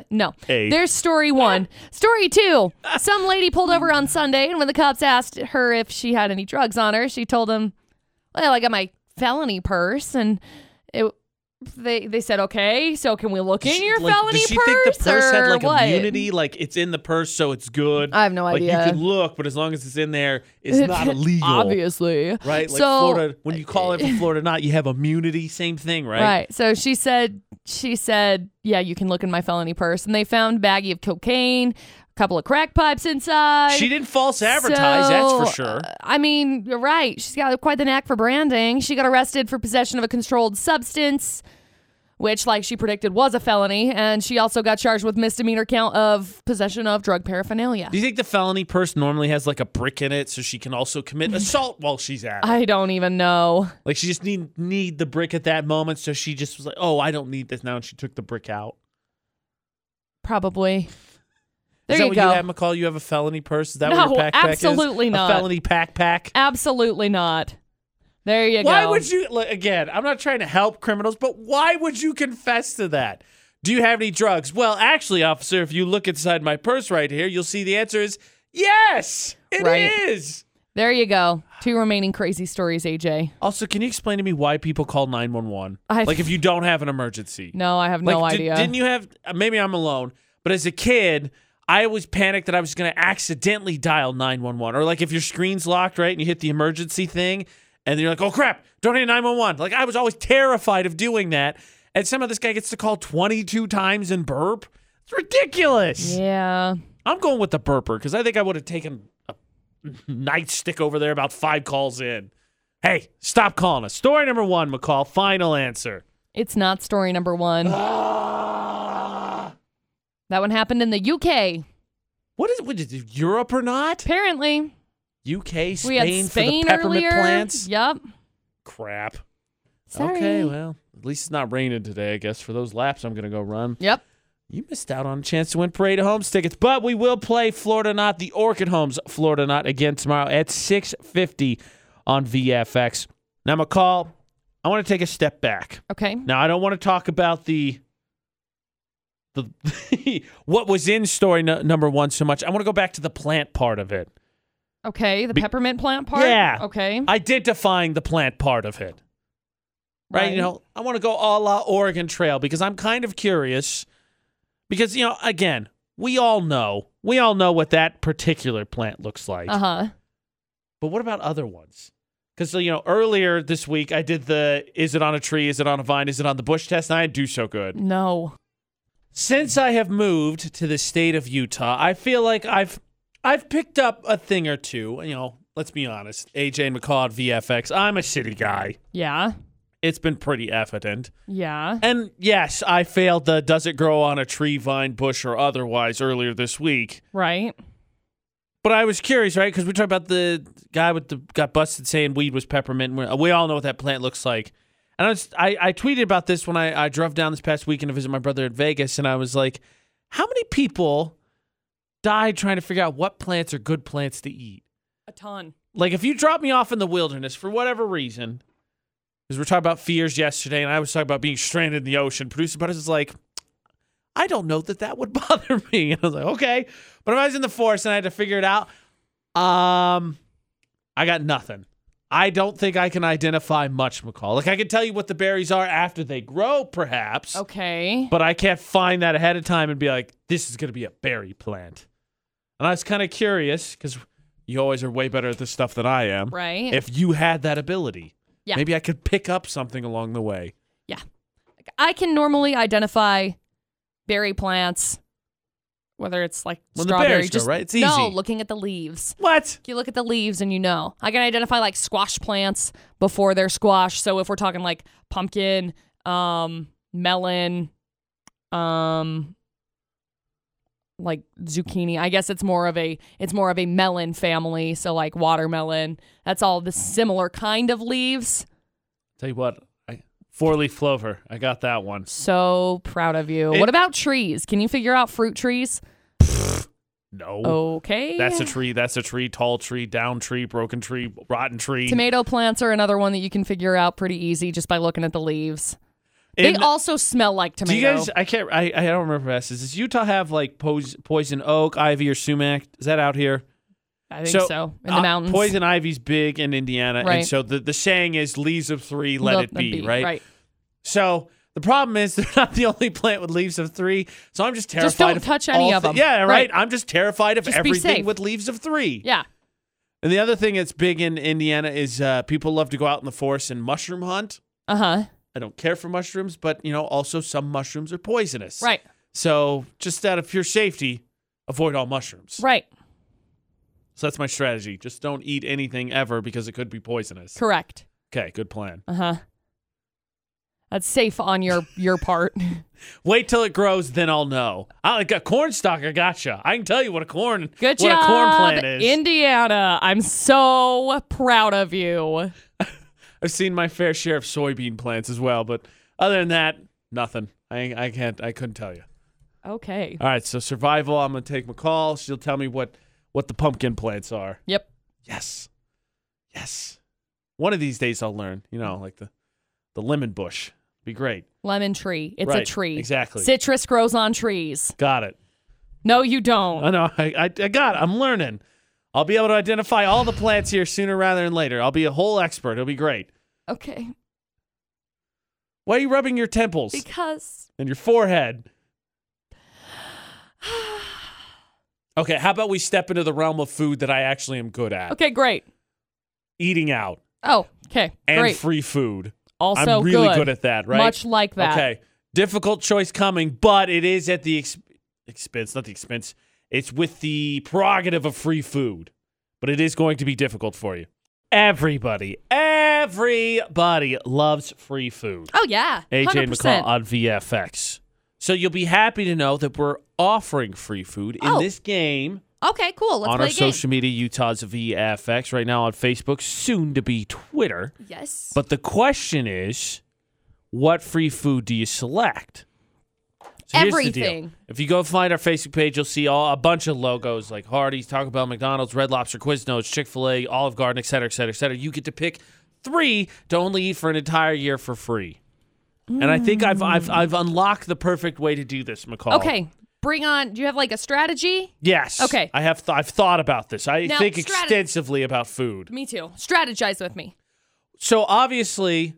Speaker 2: no.
Speaker 1: *laughs* Hey.
Speaker 2: There's story one. Story
Speaker 1: *laughs*
Speaker 2: two. Some lady pulled over on Sunday, and when the cops asked her if she had any drugs on her, she told them, "Well, I got my felony purse," and it. They they said, "Okay, so can we look in your
Speaker 1: Like,
Speaker 2: felony
Speaker 1: does she
Speaker 2: purse?"
Speaker 1: think the purse
Speaker 2: or
Speaker 1: had like
Speaker 2: what? *laughs*
Speaker 1: immunity? Like it's in the purse, so it's good.
Speaker 2: I have no
Speaker 1: like,
Speaker 2: idea.
Speaker 1: you can look, but as long as it's in there,
Speaker 2: *laughs*
Speaker 1: it's not illegal.
Speaker 2: Obviously,
Speaker 1: Right? Like
Speaker 2: so, uh,
Speaker 1: Florida, when you call it from Florida not, you have immunity. Same thing, right?
Speaker 2: Right. So she said, she said, yeah, you can look in my felony purse. And they found baggie of cocaine, a couple of crack pipes inside.
Speaker 1: She didn't false advertise, that's for
Speaker 2: So,
Speaker 1: sure.
Speaker 2: uh, I mean, you're right. She's got quite the knack for branding. She got arrested for possession of a controlled substance, which, like she predicted, was a felony. And she also got charged with misdemeanor count of possession of drug paraphernalia.
Speaker 1: Do you think the felony purse normally has like a brick in it so she can also commit assault while she's at it?
Speaker 2: I don't even know.
Speaker 1: Like she just need need the brick at that moment, so she just was like, "Oh, I don't need this now," and she took the brick out.
Speaker 2: Probably.
Speaker 1: Is
Speaker 2: There
Speaker 1: that
Speaker 2: you
Speaker 1: what
Speaker 2: go.
Speaker 1: you have, McCall? You have a felony purse? Is that
Speaker 2: No,
Speaker 1: what your backpack is?
Speaker 2: absolutely
Speaker 1: A
Speaker 2: not.
Speaker 1: felony backpack.
Speaker 2: Absolutely not. There you
Speaker 1: Why
Speaker 2: go.
Speaker 1: would you? Like, again, I'm not trying to help criminals, but why would you confess to that? Do you have any drugs? Well, actually, officer, if you look inside my purse right here, you'll see the answer is yes. It is.
Speaker 2: Right. There you go. Two remaining crazy stories, AJ.
Speaker 1: Also, can you explain to me why people call 911?
Speaker 2: I-
Speaker 1: Like if you don't have an emergency.
Speaker 2: No, I have
Speaker 1: Like,
Speaker 2: no
Speaker 1: di-
Speaker 2: idea.
Speaker 1: didn't you have? uh, Maybe I'm alone, but as a kid, I always panicked that I was going to accidentally dial 911. Or like if your screen's locked, right, and you hit the emergency thing, and then you're like, oh crap, don't hit 911. Like I was always terrified of doing that. And somehow this guy gets to call 22 times and burp. It's ridiculous.
Speaker 2: yeah.
Speaker 1: I'm going with the burper because I think I would have taken a nightstick over there about five calls in. Hey, stop calling us. Story number one, McCall. Final answer.
Speaker 2: It's not story number
Speaker 1: *gasps*
Speaker 2: one. That one happened in the UK.
Speaker 1: What is, what is it, Europe or not?
Speaker 2: Apparently,
Speaker 1: UK, Spain,
Speaker 2: we had Spain
Speaker 1: for the peppermint
Speaker 2: earlier.
Speaker 1: plants.
Speaker 2: Yep.
Speaker 1: Crap.
Speaker 2: Sorry.
Speaker 1: Okay, well, at least it's not raining today, I guess. For those laps, I'm gonna go run.
Speaker 2: Yep.
Speaker 1: You missed out on a chance to win Parade of Homes tickets, but we will play Florida Not, the Orchid Homes Florida Not again tomorrow at 6:50 on VFX. Now, McCall, I want to take a step back.
Speaker 2: Okay.
Speaker 1: Now, I don't want to talk about the the *laughs* what was in story nu- number one so much. I want to go back to the plant part of it.
Speaker 2: Okay. The
Speaker 1: Be-
Speaker 2: peppermint plant part.
Speaker 1: Yeah.
Speaker 2: Okay.
Speaker 1: Identifying the plant part of it. right? You know, I want to go a la Oregon Trail because I'm kind of curious. Because, you know, again, we all know, we all know what that particular plant looks like.
Speaker 2: Uh huh.
Speaker 1: But what about other ones? Because, you know, earlier this week I did the is it on a tree, is it on a vine, is it on the bush test, and I didn't do so good.
Speaker 2: No.
Speaker 1: Since I have moved to the state of Utah, I feel like I've I've picked up a thing or two. You know, let's be honest. AJ and McCall at VFX, I'm a city guy.
Speaker 2: Yeah.
Speaker 1: It's been pretty evident.
Speaker 2: Yeah.
Speaker 1: And yes, I failed the does it grow on a tree, vine, bush, or otherwise earlier this week.
Speaker 2: Right.
Speaker 1: But I was curious, right? Because we talked about the guy with the got busted saying weed was peppermint. We- We all know what that plant looks like. And I, was, I, I tweeted about this when I, I drove down this past weekend to visit my brother in Vegas, and I was like, how many people died trying to figure out what plants are good plants to eat?
Speaker 2: A ton.
Speaker 1: like if you drop me off in the wilderness for whatever reason, because we're talking about fears yesterday, and I was talking about being stranded in the ocean. Producer Butters is like, I don't know that that would *laughs* bother me. And I was like, okay, but if I was in the forest and I had to figure it out, um, I got nothing. I don't think I can identify much, McCall. Like I can tell you what the berries are after they grow, perhaps,
Speaker 2: Okay.
Speaker 1: but I can't find that ahead of time and be like, this is going to be a berry plant. And I was kind of curious because you always are way better at this stuff than I am.
Speaker 2: Right.
Speaker 1: If you had that ability,
Speaker 2: Yeah.
Speaker 1: maybe I could pick up something along the way.
Speaker 2: I can normally identify berry plants, whether it's like
Speaker 1: When the
Speaker 2: strawberry.
Speaker 1: berries grow,
Speaker 2: just
Speaker 1: right? It's
Speaker 2: no
Speaker 1: easy.
Speaker 2: looking at the leaves.
Speaker 1: What?
Speaker 2: You look at the leaves and you know. I can identify like squash plants before they're squash. So if we're talking like pumpkin, um, melon, um, like zucchini, I guess it's more of a it's more of a melon family. So like watermelon, that's all the similar kind of leaves.
Speaker 1: Tell you what, I, four leaf clover. I got that one.
Speaker 2: So proud of you.
Speaker 1: It-
Speaker 2: what about trees? Can you figure out fruit trees?
Speaker 1: No.
Speaker 2: Oh, Okay,
Speaker 1: Oh, That's a tree. That's a tree. Tall tree, down tree, broken tree, rotten tree.
Speaker 2: Tomato plants are another one that you can figure out pretty easy just by looking at the leaves.
Speaker 1: In-
Speaker 2: they also smell like tomato.
Speaker 1: do you guys? I can't. I, I don't remember. if I asked this. Does Utah have like pos, poison oak, ivy, or sumac? Is that out here?
Speaker 2: I think so, in the
Speaker 1: uh,
Speaker 2: mountains.
Speaker 1: Poison ivy's big in Indiana, and
Speaker 2: Right.
Speaker 1: so the, the saying is "leaves of three, let
Speaker 2: Let
Speaker 1: it
Speaker 2: them
Speaker 1: be." Right?
Speaker 2: Right.
Speaker 1: So the problem is *laughs* they're not the only plant with leaves of three. So I'm just terrified.
Speaker 2: Just don't
Speaker 1: of
Speaker 2: touch any
Speaker 1: all
Speaker 2: of
Speaker 1: thi-
Speaker 2: them.
Speaker 1: yeah, right.
Speaker 2: Right.
Speaker 1: I'm just terrified of
Speaker 2: Just be
Speaker 1: everything
Speaker 2: safe.
Speaker 1: with leaves of three.
Speaker 2: Yeah.
Speaker 1: And the other thing that's big in Indiana is uh, people love to go out in the forest and mushroom hunt.
Speaker 2: Uh huh.
Speaker 1: I don't care for mushrooms, but you know, also some mushrooms are poisonous.
Speaker 2: Right.
Speaker 1: So just out of pure safety, avoid all mushrooms.
Speaker 2: Right.
Speaker 1: So that's my strategy. Just don't eat anything ever because it could be poisonous.
Speaker 2: Correct.
Speaker 1: Okay, good plan.
Speaker 2: Uh huh. That's safe on your your part. *laughs*
Speaker 1: Wait till it grows, then I'll know. I like a corn stalk. I gotcha. I can tell you what a corn
Speaker 2: Good
Speaker 1: what
Speaker 2: job,
Speaker 1: a corn plant is.
Speaker 2: Indiana. I'm so proud of you.
Speaker 1: I've seen my fair share of soybean plants as well, but other than that, nothing. I I can't. I couldn't tell you.
Speaker 2: Okay.
Speaker 1: All right, so survival. I'm gonna take McCall. She'll tell me what what the pumpkin plants are.
Speaker 2: Yep.
Speaker 1: Yes, yes. One of these days I'll learn. You know, like the the lemon bush. Be great.
Speaker 2: Lemon tree. It's a
Speaker 1: Right,
Speaker 2: tree.
Speaker 1: exactly.
Speaker 2: Citrus grows on trees.
Speaker 1: Got it.
Speaker 2: No, you
Speaker 1: *laughs*
Speaker 2: don't.
Speaker 1: I know. I, I, I got it. I'm learning. I'll be able to identify all the plants here sooner rather than later. I'll be a whole expert. It'll be great.
Speaker 2: okay.
Speaker 1: Why are you rubbing your temples
Speaker 2: Because
Speaker 1: and your
Speaker 2: *sighs*
Speaker 1: forehead? Okay, how about we step into the realm of food that I actually am good at?
Speaker 2: Okay, great.
Speaker 1: Eating out
Speaker 2: Oh, okay.
Speaker 1: and
Speaker 2: great.
Speaker 1: free food.
Speaker 2: also
Speaker 1: I'm really
Speaker 2: good.
Speaker 1: good. at that, right?
Speaker 2: Much like that.
Speaker 1: Okay. Difficult choice coming, but it is at the ex- expense, not the expense. It's with the prerogative of free food, but it is going to be difficult for you. Everybody, everybody loves free food.
Speaker 2: Oh yeah.
Speaker 1: AJ
Speaker 2: 100%.
Speaker 1: McCall on VFX. So you'll be happy to know that we're offering free food in
Speaker 2: Oh.
Speaker 1: this game
Speaker 2: Okay, cool. Let's
Speaker 1: on
Speaker 2: play
Speaker 1: our
Speaker 2: a game.
Speaker 1: social media, Utah's VFX, right now on Facebook, soon to be Twitter.
Speaker 2: yes.
Speaker 1: But the question is, what free food do you select? So
Speaker 2: Everything.
Speaker 1: If you go find our Facebook page, you'll see all, a bunch of logos like Hardee's, Taco Bell, McDonald's, Red Lobster, Quiznos, Chick fil A, Olive Garden, et cetera, et cetera, et cetera. You get to pick three to only eat for an entire year for free. And I think I've, I've I've unlocked the perfect way to do this, McCall.
Speaker 2: Mm. okay. Bring on. Do you have like a strategy?
Speaker 1: Yes.
Speaker 2: Okay.
Speaker 1: I have th- I've thought about this. I
Speaker 2: Now,
Speaker 1: think
Speaker 2: strateg-
Speaker 1: extensively about food.
Speaker 2: Me too. Strategize with me.
Speaker 1: so obviously,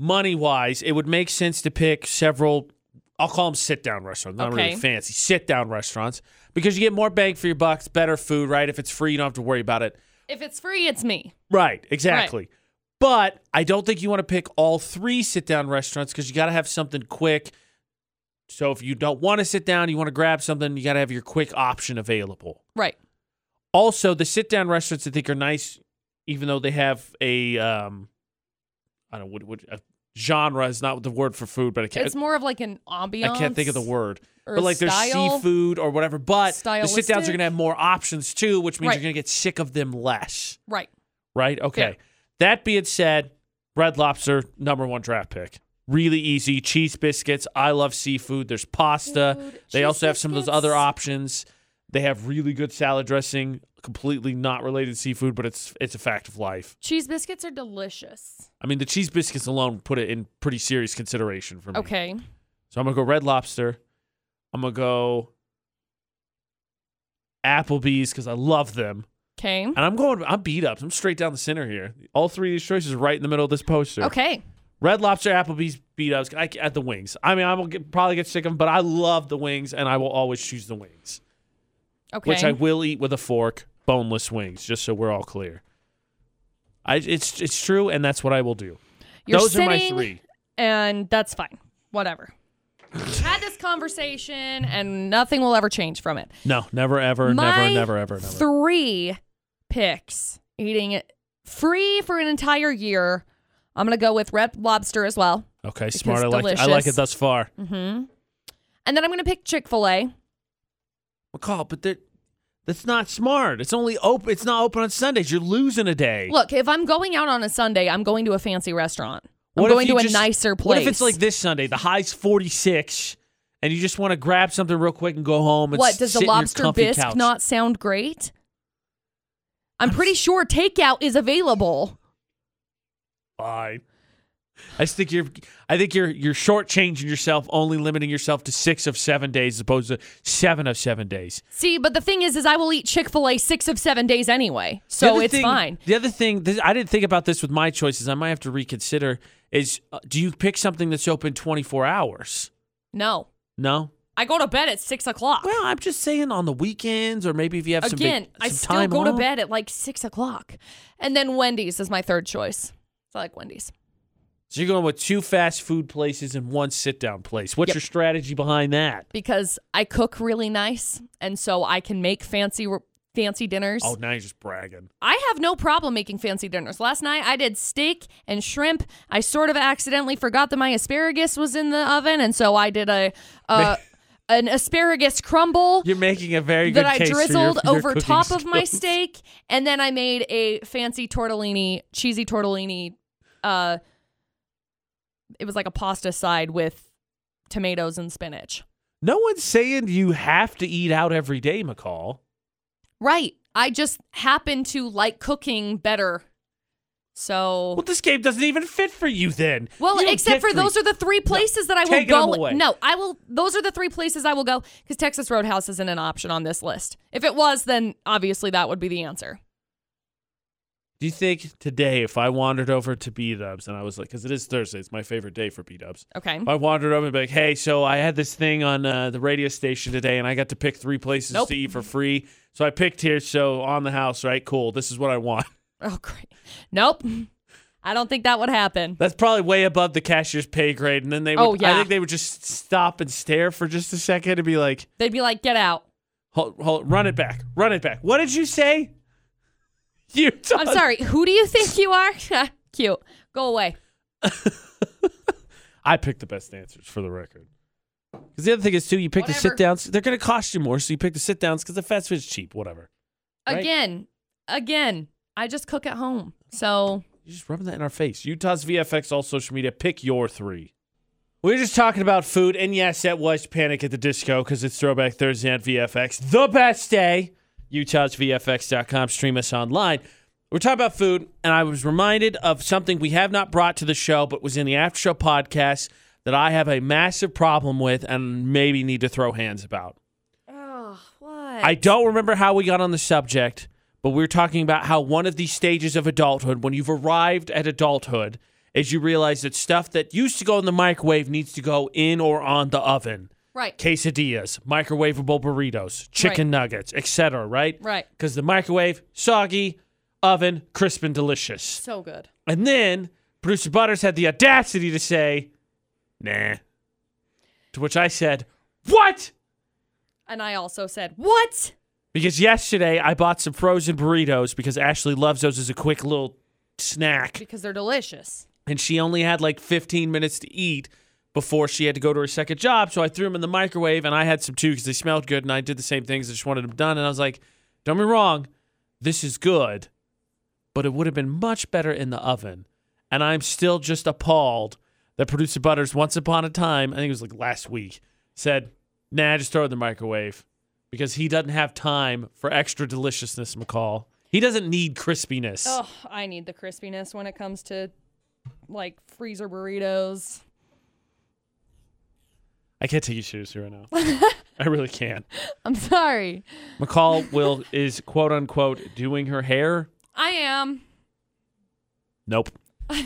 Speaker 1: money wise, it would make sense to pick several. I'll call them sit down restaurants, not
Speaker 2: Okay.
Speaker 1: really fancy sit down restaurants, because you get more bang for your bucks, better food, right? If it's free, you don't have to worry about it.
Speaker 2: If it's free, it's me.
Speaker 1: Right, exactly. But I don't think you want to pick all three sit down restaurants because you got to have something quick. So if you don't want to sit down, you want to grab something, you got to have your quick option available.
Speaker 2: Right.
Speaker 1: Also, the sit down restaurants I think are nice, even though they have a um, I don't know what, what uh, genre is not the word for food, but I can't
Speaker 2: It's more of like an
Speaker 1: I
Speaker 2: ambiance.
Speaker 1: can't think of the word.
Speaker 2: or
Speaker 1: But like
Speaker 2: style?
Speaker 1: there's seafood or whatever, but the sit downs
Speaker 2: Stylistic?
Speaker 1: are gonna have more options too, which means
Speaker 2: Right.
Speaker 1: you're gonna get sick of them less.
Speaker 2: Right.
Speaker 1: Right? Okay.
Speaker 2: Yeah.
Speaker 1: That being said, Red Lobster number one draft pick. Really easy cheese biscuits. I love seafood. There's pasta.
Speaker 2: Seafood,
Speaker 1: they
Speaker 2: cheese
Speaker 1: also have some of those
Speaker 2: biscuits.
Speaker 1: other options. They have really good salad dressing. Completely not related to seafood, but it's it's a fact of life.
Speaker 2: Cheese biscuits are delicious.
Speaker 1: I mean, the cheese biscuits alone put it in pretty serious consideration for me.
Speaker 2: Okay.
Speaker 1: So I'm gonna go Red Lobster. I'm gonna go Applebee's because I love them,
Speaker 2: Okay.
Speaker 1: and I'm going. I'm beat up. I'm straight down the center here. All three of these choices are right in the middle of this poster.
Speaker 2: Okay.
Speaker 1: Red Lobster, Applebee's, beat ups I, at the wings. I mean, I will get, probably get sick of them, but I love the wings, and I will always choose the wings,
Speaker 2: Okay.
Speaker 1: which I will eat with a fork, boneless wings, just so we're all clear. I, it's it's true, and that's what I will do.
Speaker 2: You're
Speaker 1: Those are my
Speaker 2: sitting-
Speaker 1: three.
Speaker 2: and that's fine.
Speaker 1: *laughs*
Speaker 2: Whatever. Had this conversation and nothing will ever change from it.
Speaker 1: No, never, ever,
Speaker 2: My
Speaker 1: never, never, ever, never.
Speaker 2: Three picks eating it free for an entire year. I'm going to go with Red Lobster as well.
Speaker 1: okay, smart. I
Speaker 2: because
Speaker 1: like I like
Speaker 2: delicious.
Speaker 1: it thus far.
Speaker 2: Mm-hmm. And then I'm going to pick Chick fil A.
Speaker 1: McCall, but that that's not smart. It's only open. It's not open on Sundays. You're losing a day.
Speaker 2: Look, if I'm going out on a Sunday, I'm going to a fancy restaurant. I'm
Speaker 1: What if
Speaker 2: going
Speaker 1: you
Speaker 2: to a
Speaker 1: just-
Speaker 2: nicer place.
Speaker 1: What if it's like this Sunday? The high's 46, and you just want to grab something real quick and go home. And
Speaker 2: What
Speaker 1: s-
Speaker 2: does the
Speaker 1: sit in your
Speaker 2: lobster
Speaker 1: comfy
Speaker 2: bisque
Speaker 1: couch.
Speaker 2: not sound great? I'm pretty sure takeout is available.
Speaker 1: fine? I just think you're. I think you're you're shortchanging yourself, only limiting yourself to six of seven days, as opposed to seven of seven days.
Speaker 2: See, but the thing is, is I will eat Chick Fil A six of seven days anyway,
Speaker 1: The
Speaker 2: so
Speaker 1: other
Speaker 2: it's
Speaker 1: thing-
Speaker 2: fine.
Speaker 1: The other thing, this, I didn't think about this with my choices. I might have to reconsider. Is uh, do you pick something that's open 24 hours?
Speaker 2: No,
Speaker 1: No.
Speaker 2: I go to bed at six o'clock.
Speaker 1: Well, I'm just saying on the weekends, or maybe if you have some
Speaker 2: Again,
Speaker 1: vac-
Speaker 2: I
Speaker 1: some
Speaker 2: still
Speaker 1: time
Speaker 2: go to
Speaker 1: off.
Speaker 2: bed at like six o'clock, and then Wendy's is my third choice. So I like Wendy's.
Speaker 1: So you're going with two fast food places and one sit down place. What's
Speaker 2: Yep.
Speaker 1: your strategy behind that?
Speaker 2: because I cook really nice, and so I can make fancy fancy dinners.
Speaker 1: Oh, now you're just bragging.
Speaker 2: I have no problem making fancy dinners. Last night I did steak and shrimp. I sort of accidentally forgot that my asparagus was in the oven, and so I did a,
Speaker 1: *laughs*
Speaker 2: a an asparagus crumble
Speaker 1: You're making a very good
Speaker 2: that I
Speaker 1: case for your-
Speaker 2: drizzled
Speaker 1: your
Speaker 2: over
Speaker 1: cooking
Speaker 2: top of my
Speaker 1: skills.
Speaker 2: steak, and then I made a fancy tortellini, cheesy tortellini. Uh, it was like a pasta side with tomatoes and spinach.
Speaker 1: No one's saying you have to eat out every day, McCall.
Speaker 2: Right. I just happen to like cooking better. So
Speaker 1: Well, this game doesn't even fit for you then.
Speaker 2: Well,
Speaker 1: You don't
Speaker 2: except
Speaker 1: get
Speaker 2: for
Speaker 1: three.
Speaker 2: those are the three places that I will
Speaker 1: Take them
Speaker 2: go.
Speaker 1: away.
Speaker 2: No, I will. Those are the three places I will go because Texas Roadhouse isn't an option on this list. If it was, then obviously that would be the answer.
Speaker 1: Do you think today, if I wandered over to B Dubs and I was like, because it is Thursday, it's my favorite day for B Dubs.
Speaker 2: Okay.
Speaker 1: If I wandered over and be like, hey, so I had this thing on uh, the radio station today and I got to pick three places
Speaker 2: Nope.
Speaker 1: to eat for free. So I picked here. So on the house, right? Cool. This is what I want.
Speaker 2: Oh, great. Nope. I don't think that would happen.
Speaker 1: That's probably way above the cashier's pay grade. And then they would,
Speaker 2: Oh, yeah.
Speaker 1: I think they would just stop and stare for just a second and be like,
Speaker 2: They'd be like, "Get out."
Speaker 1: hold, hold, run it back. Run it back. What did you say? *laughs* You
Speaker 2: I'm sorry. Who do you think you are? *laughs* Cute. Go away.
Speaker 1: *laughs* I picked the best answers for the record. Because the other thing is too, you pick the
Speaker 2: Whatever.
Speaker 1: sit downs. They're going to cost you more, so you pick the sit downs because the fast food's cheap. Whatever. Right.
Speaker 2: Again. Again. I just cook at home. So
Speaker 1: You're just rubbing that in our face. Utah's VFX, all social media. Pick your three. We were just talking about food, and yes, that was Panic at the Disco because it's Throwback Thursday on VFX. The best day. Utah's VFX.com. Stream us online. We're talking about food, and I was reminded of something we have not brought to the show, but was in the after show podcast that I have a massive problem with and maybe need to throw hands about.
Speaker 2: Oh, what?
Speaker 1: I don't remember how we got on the subject, but we were talking about how one of these stages of adulthood, when you've arrived at adulthood, is you realize that stuff that used to go in the microwave needs to go in or on the oven.
Speaker 2: right.
Speaker 1: Quesadillas, microwavable burritos, chicken nuggets, etc. Right?
Speaker 2: Right.
Speaker 1: Because the microwave, soggy, oven, crisp and delicious.
Speaker 2: So good.
Speaker 1: And then producer Butters had the audacity to say, "Nah." To which I said, "What?"
Speaker 2: And I also said, "What?"
Speaker 1: Because yesterday I bought some frozen burritos because Ashley loves those as a quick little snack.
Speaker 2: Because they're delicious.
Speaker 1: And she only had like 15 minutes to eat before she had to go to her second job. So I threw them in the microwave and I had some too because they smelled good and I did the same things. I just wanted them done. And I was like, don't be wrong, this is good, but it would have been much better in the oven. And I'm still just appalled that producer Butters, once upon a time, I think it was like last week, said, nah, just throw it in the microwave because he doesn't have time for extra deliciousness, McCall. He doesn't need crispiness.
Speaker 2: Oh, I need the crispiness when it comes to like freezer burritos.
Speaker 1: I can't take you seriously right now. I really can't.
Speaker 2: I'm sorry.
Speaker 1: McCall will is quote unquote doing her hair.
Speaker 2: I am.
Speaker 1: Nope.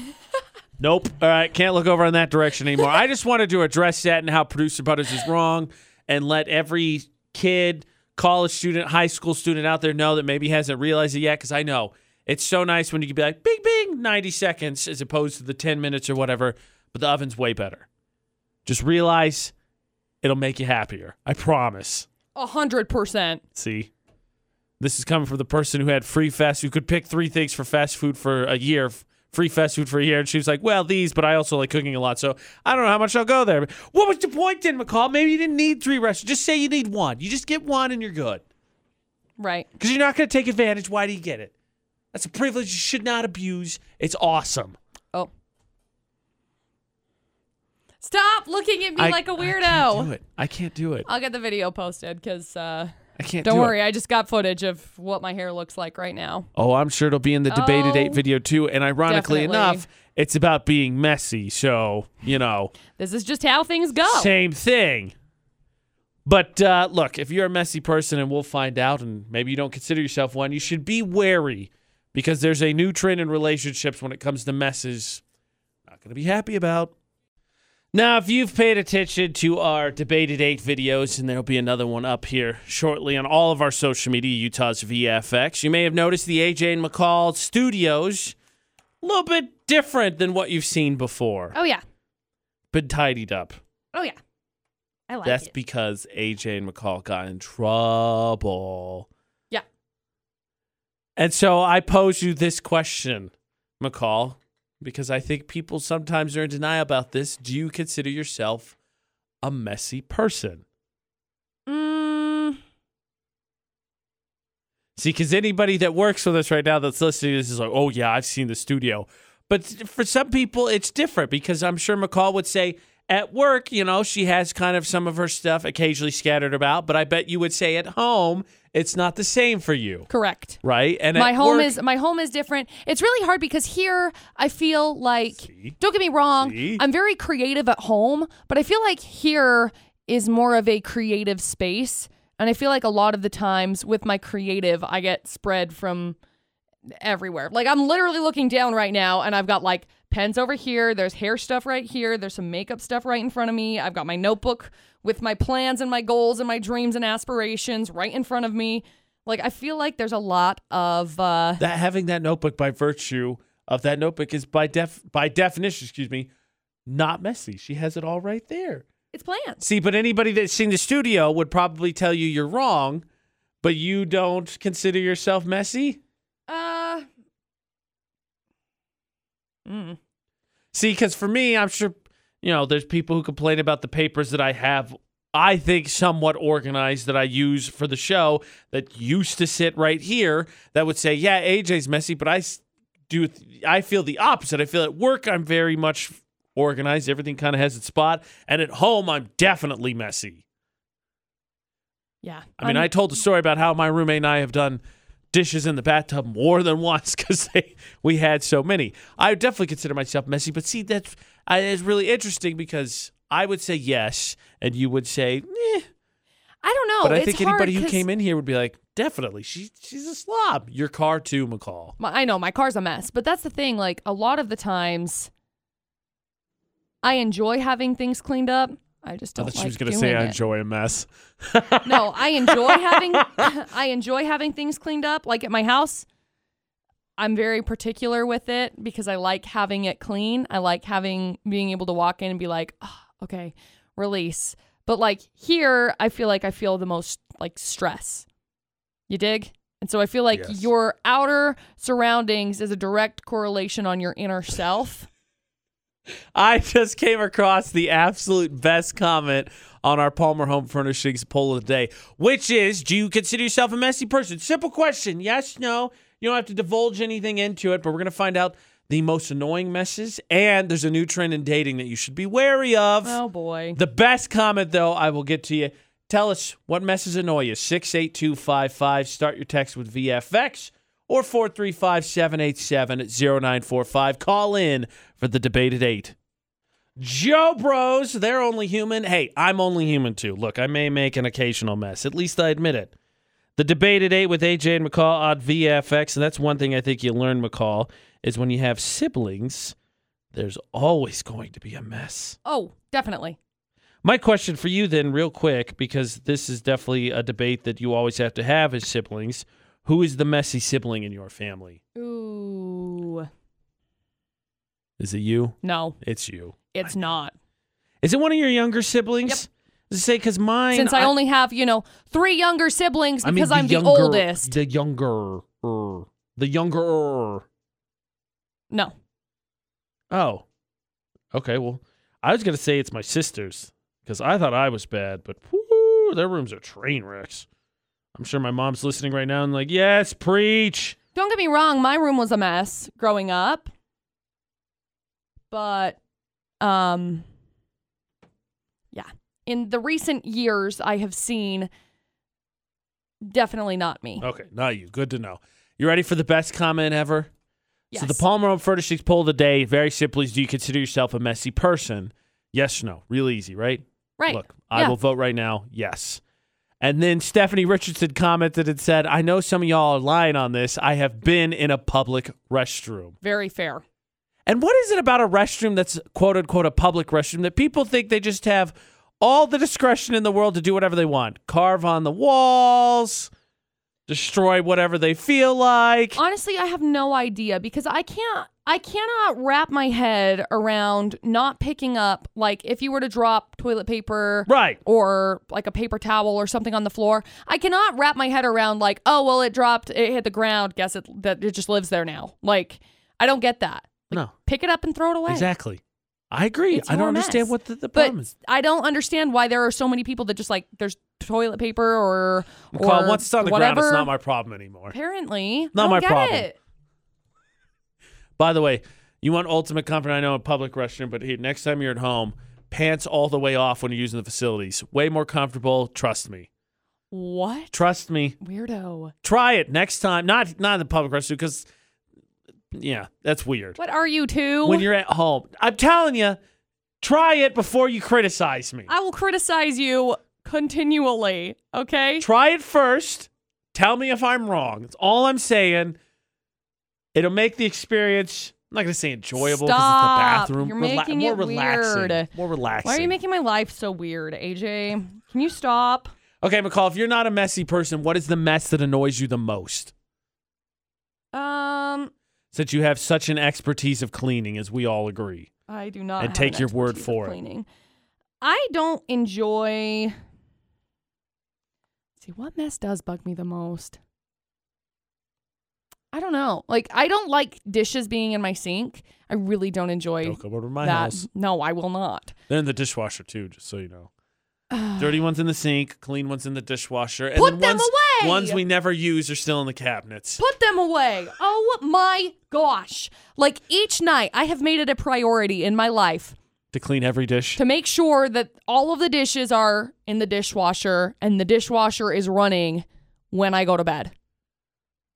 Speaker 1: *laughs* nope. All right, can't look over in that direction anymore. I just wanted to address that and how producer Butters is wrong and let every kid, college student, high school student out there know that maybe hasn't realized it yet cuz I know it's so nice when you can be like bing bing 90 seconds as opposed to the 10 minutes or whatever, but the oven's way better. Just realize it'll make you happier. I promise.
Speaker 2: A hundred percent.
Speaker 1: See, this is coming from the person who had free fast, who could pick three things for fast food for a year, f- free fast food for a year, and she was like, "Well, these, but I also like cooking a lot, so I don't know how much I'll go there." What was the point then, McCall? Maybe you didn't need three restaurants. Just say you need one. You just get one, and you're good.
Speaker 2: Right.
Speaker 1: Because you're not going to take advantage. Why do you get it? That's a privilege you should not abuse. It's awesome.
Speaker 2: Oh. Stop looking at me
Speaker 1: I-
Speaker 2: like a
Speaker 1: I can't do
Speaker 2: weirdo.
Speaker 1: it. I can't do it.
Speaker 2: I'll get the video posted because uh,
Speaker 1: I can't.
Speaker 2: don't
Speaker 1: do it.
Speaker 2: worry, I just got footage of what my hair looks like right now.
Speaker 1: Oh, I'm sure it'll be in the debated
Speaker 2: Oh,
Speaker 1: eight video too. And ironically
Speaker 2: definitely.
Speaker 1: enough, it's about being messy. So you know.
Speaker 2: This is just how things go.
Speaker 1: Same thing. But uh, look, if you're a messy person, and we'll find out, and maybe you don't consider yourself one, you should be wary because there's a new trend in relationships when it comes to messes. Not going to be happy about. Now, if you've paid attention to our debated eight videos, and there'll be another one up here shortly on all of our social media, Utah's VFX, you may have noticed the AJ and McCall studios a little bit different than what you've seen before,
Speaker 2: Oh yeah.
Speaker 1: but tidied up.
Speaker 2: Oh yeah. I like
Speaker 1: That's
Speaker 2: it.
Speaker 1: because AJ and McCall got in trouble.
Speaker 2: Yeah.
Speaker 1: And so I pose you this question, McCall, because I think people sometimes are in denial about this. Do you consider yourself a messy person?
Speaker 2: Mm,
Speaker 1: See, because anybody that works with us right now that's listening to this is like, oh, yeah, I've seen the studio. But for some people, it's different because I'm sure McCall would say at work, you know, she has kind of some of her stuff occasionally scattered about. But I bet you would say at home, it's not the same for you,
Speaker 2: correct.
Speaker 1: right? And
Speaker 2: my
Speaker 1: at
Speaker 2: home
Speaker 1: work-
Speaker 2: is my home is different. It's really hard because here I feel like
Speaker 1: See?
Speaker 2: don't get me wrong,
Speaker 1: See?
Speaker 2: I'm very creative at home, but I feel like here is more of a creative space. And I feel like a lot of the times with my creative, I get spread from everywhere. Like I'm literally looking down right now and I've got like pens over here, there's hair stuff right here, there's some makeup stuff right in front of me. I've got my notebook with my plans and my goals and my dreams and aspirations right in front of me. Like I feel like there's a lot of uh
Speaker 1: that having that notebook by virtue of that notebook is by def by definition, excuse me, not messy. She has it all right there.
Speaker 2: it's plans.
Speaker 1: See, but anybody that's seen the studio would probably tell you you're wrong, but you don't consider yourself messy.
Speaker 2: Uh mm.
Speaker 1: See, because for me, I'm sure, you know, there's people who complain about the papers that I have, I think, somewhat organized that I use for the show that used to sit right here that would say, yeah, AJ's messy, but I s- do, I feel the opposite. I feel at work, I'm very much organized. Everything kind of has its spot. And at home, I'm definitely messy.
Speaker 2: Yeah. Um,
Speaker 1: I mean,
Speaker 2: I'm-
Speaker 1: I told the story about how my roommate and I have done dishes in the bathtub more than *laughs* once because we had so many. I would definitely consider myself messy, but see, that's I, it's really interesting because I would say yes, and you would say, eh.
Speaker 2: I don't know.
Speaker 1: but I
Speaker 2: Oh, It's
Speaker 1: think
Speaker 2: hard
Speaker 1: anybody who
Speaker 2: 'cause
Speaker 1: came in here would be like, definitely, she, she's a slob. Your car too, McCall.
Speaker 2: my, I know my car's a mess, but that's the thing. Like a lot of the times, I enjoy having things cleaned up. I just
Speaker 1: I
Speaker 2: don't.
Speaker 1: thought
Speaker 2: like
Speaker 1: she was gonna
Speaker 2: doing
Speaker 1: say I
Speaker 2: it.
Speaker 1: enjoy a mess. *laughs*
Speaker 2: No, I enjoy having *coughs* I enjoy having things cleaned up. Like at my house, I'm very particular with it because I like having it clean. I like having being able to walk in and be like, oh, okay, release. But like here, I feel like I feel the most like stress. You dig? And so I feel like
Speaker 1: Yes.
Speaker 2: your outer surroundings is a direct correlation on your
Speaker 1: *laughs*
Speaker 2: inner self.
Speaker 1: I just came across the absolute best comment on our Palmer Home Furnishings poll of the day, which is Do you consider yourself a messy person? Simple question. Yes, no. You don't have to divulge anything into it, but we're going to find out the most annoying messes. And there's a new trend in dating that you should be wary of.
Speaker 2: Oh boy.
Speaker 1: The best comment, though, I will get to you. Tell us what messes annoy you. 68255. Start your text with VFX or 435 787 0945. Call in for the debate at 8. Joe Bros, they're only human. Hey, I'm only human too. Look, I may make an occasional mess. At least I admit it. The debate at 8 with AJ and McCall on VFX. And that's one thing I think you learn, McCall, is when you have siblings, there's always going to be a mess.
Speaker 2: Oh, definitely.
Speaker 1: My question for you then, real quick, because this is definitely a debate that you always have to have as siblings. Who is the messy sibling in your family?
Speaker 2: Ooh.
Speaker 1: Is it you?
Speaker 2: No,
Speaker 1: It's you.
Speaker 2: it's not.
Speaker 1: Is it one of your younger siblings? Yep. Say, because mine.
Speaker 2: since I, only have you know three younger siblings
Speaker 1: I mean,
Speaker 2: because I'm the
Speaker 1: younger-
Speaker 2: oldest.
Speaker 1: The younger. The younger.
Speaker 2: no,
Speaker 1: Oh. Okay, well, I was going to say it's my sister's because I thought I was bad, but whoo, their rooms are train wrecks. I'm sure my mom's listening right now and like, yes, preach.
Speaker 2: don't get me wrong. My room was a mess growing up, but um, yeah. In the recent years, I have seen definitely not me.
Speaker 1: Okay, not you. Good to know. You ready for the best comment ever?
Speaker 2: yes.
Speaker 1: So the Palmer Home Furnishings poll of the day, very simply, is do you consider yourself a messy person? Yes, no. Real easy, right?
Speaker 2: right.
Speaker 1: Look, I
Speaker 2: Yeah.
Speaker 1: will vote right now. Yes. And then Stephanie Richardson commented and said, I know some of y'all are lying on this. I have been in a public restroom.
Speaker 2: Very fair.
Speaker 1: And what is it about a restroom that's quote unquote a public restroom that people think they just have all the discretion in the world to do whatever they want? Carve on the walls, destroy whatever they feel like.
Speaker 2: Honestly, I have no idea because I can't I cannot wrap my head around not picking up like if you were to drop toilet paper
Speaker 1: Right.
Speaker 2: or like a paper towel or something on the floor. I cannot wrap my head around like, oh well it dropped, it hit the ground, guess it that it just lives there now. Like I don't get that.
Speaker 1: No.
Speaker 2: Pick it up and throw it away.
Speaker 1: Exactly. I agree.
Speaker 2: It's
Speaker 1: I don't
Speaker 2: your
Speaker 1: understand
Speaker 2: mess.
Speaker 1: what the, the
Speaker 2: But
Speaker 1: problem is.
Speaker 2: I don't understand why there are so many people that just like there's toilet paper or or
Speaker 1: Well, once it's on the
Speaker 2: whatever.
Speaker 1: ground, it's not my problem anymore.
Speaker 2: apparently I
Speaker 1: Not
Speaker 2: don't
Speaker 1: my
Speaker 2: get
Speaker 1: problem.
Speaker 2: it.
Speaker 1: By the way, you want ultimate comfort? I know a public restroom, but here, next time you're at home, pants all the way off when you're using the facilities. Way more comfortable. Trust me.
Speaker 2: What
Speaker 1: Trust me.
Speaker 2: weirdo?
Speaker 1: Try it next time. Not not in the public restroom because, yeah, that's weird.
Speaker 2: What are you two?
Speaker 1: When you're at home, I'm telling you, try it before you criticize me.
Speaker 2: I will criticize you continually. Okay.
Speaker 1: Try it first. Tell me if I'm wrong. That's all I'm saying. It'll make the experience. I'm not gonna say enjoyable because
Speaker 2: Stop.
Speaker 1: it's the bathroom.
Speaker 2: You're
Speaker 1: Rela-
Speaker 2: making
Speaker 1: more
Speaker 2: it
Speaker 1: relaxing.
Speaker 2: weird.
Speaker 1: More relaxing.
Speaker 2: Why are you making my life so weird, AJ? Can you stop?
Speaker 1: Okay, McCall, if you're not a messy person, what is the mess that annoys you the most?
Speaker 2: Um,
Speaker 1: Since you have such an expertise of cleaning, as we all agree.
Speaker 2: I do not.
Speaker 1: And
Speaker 2: have
Speaker 1: take
Speaker 2: an
Speaker 1: your word
Speaker 2: expertise of
Speaker 1: for it.
Speaker 2: Cleaning. I don't enjoy. Let's see what mess does bug me the most. I don't know. Like I don't like dishes being in my sink. I really don't enjoy
Speaker 1: Don't come over to my
Speaker 2: that.
Speaker 1: house.
Speaker 2: No, I will not.
Speaker 1: They're in the dishwasher too, just so you
Speaker 2: *sighs*
Speaker 1: know. Dirty ones in the sink, clean ones in the dishwasher, and
Speaker 2: Put
Speaker 1: then
Speaker 2: them
Speaker 1: ones,
Speaker 2: away!
Speaker 1: ones we never use are still in the cabinets.
Speaker 2: Put them away. Oh my gosh. Like each night, I have made it a priority in my life
Speaker 1: to clean every dish.
Speaker 2: to make sure that all of the dishes are in the dishwasher and the dishwasher is running when I go to bed.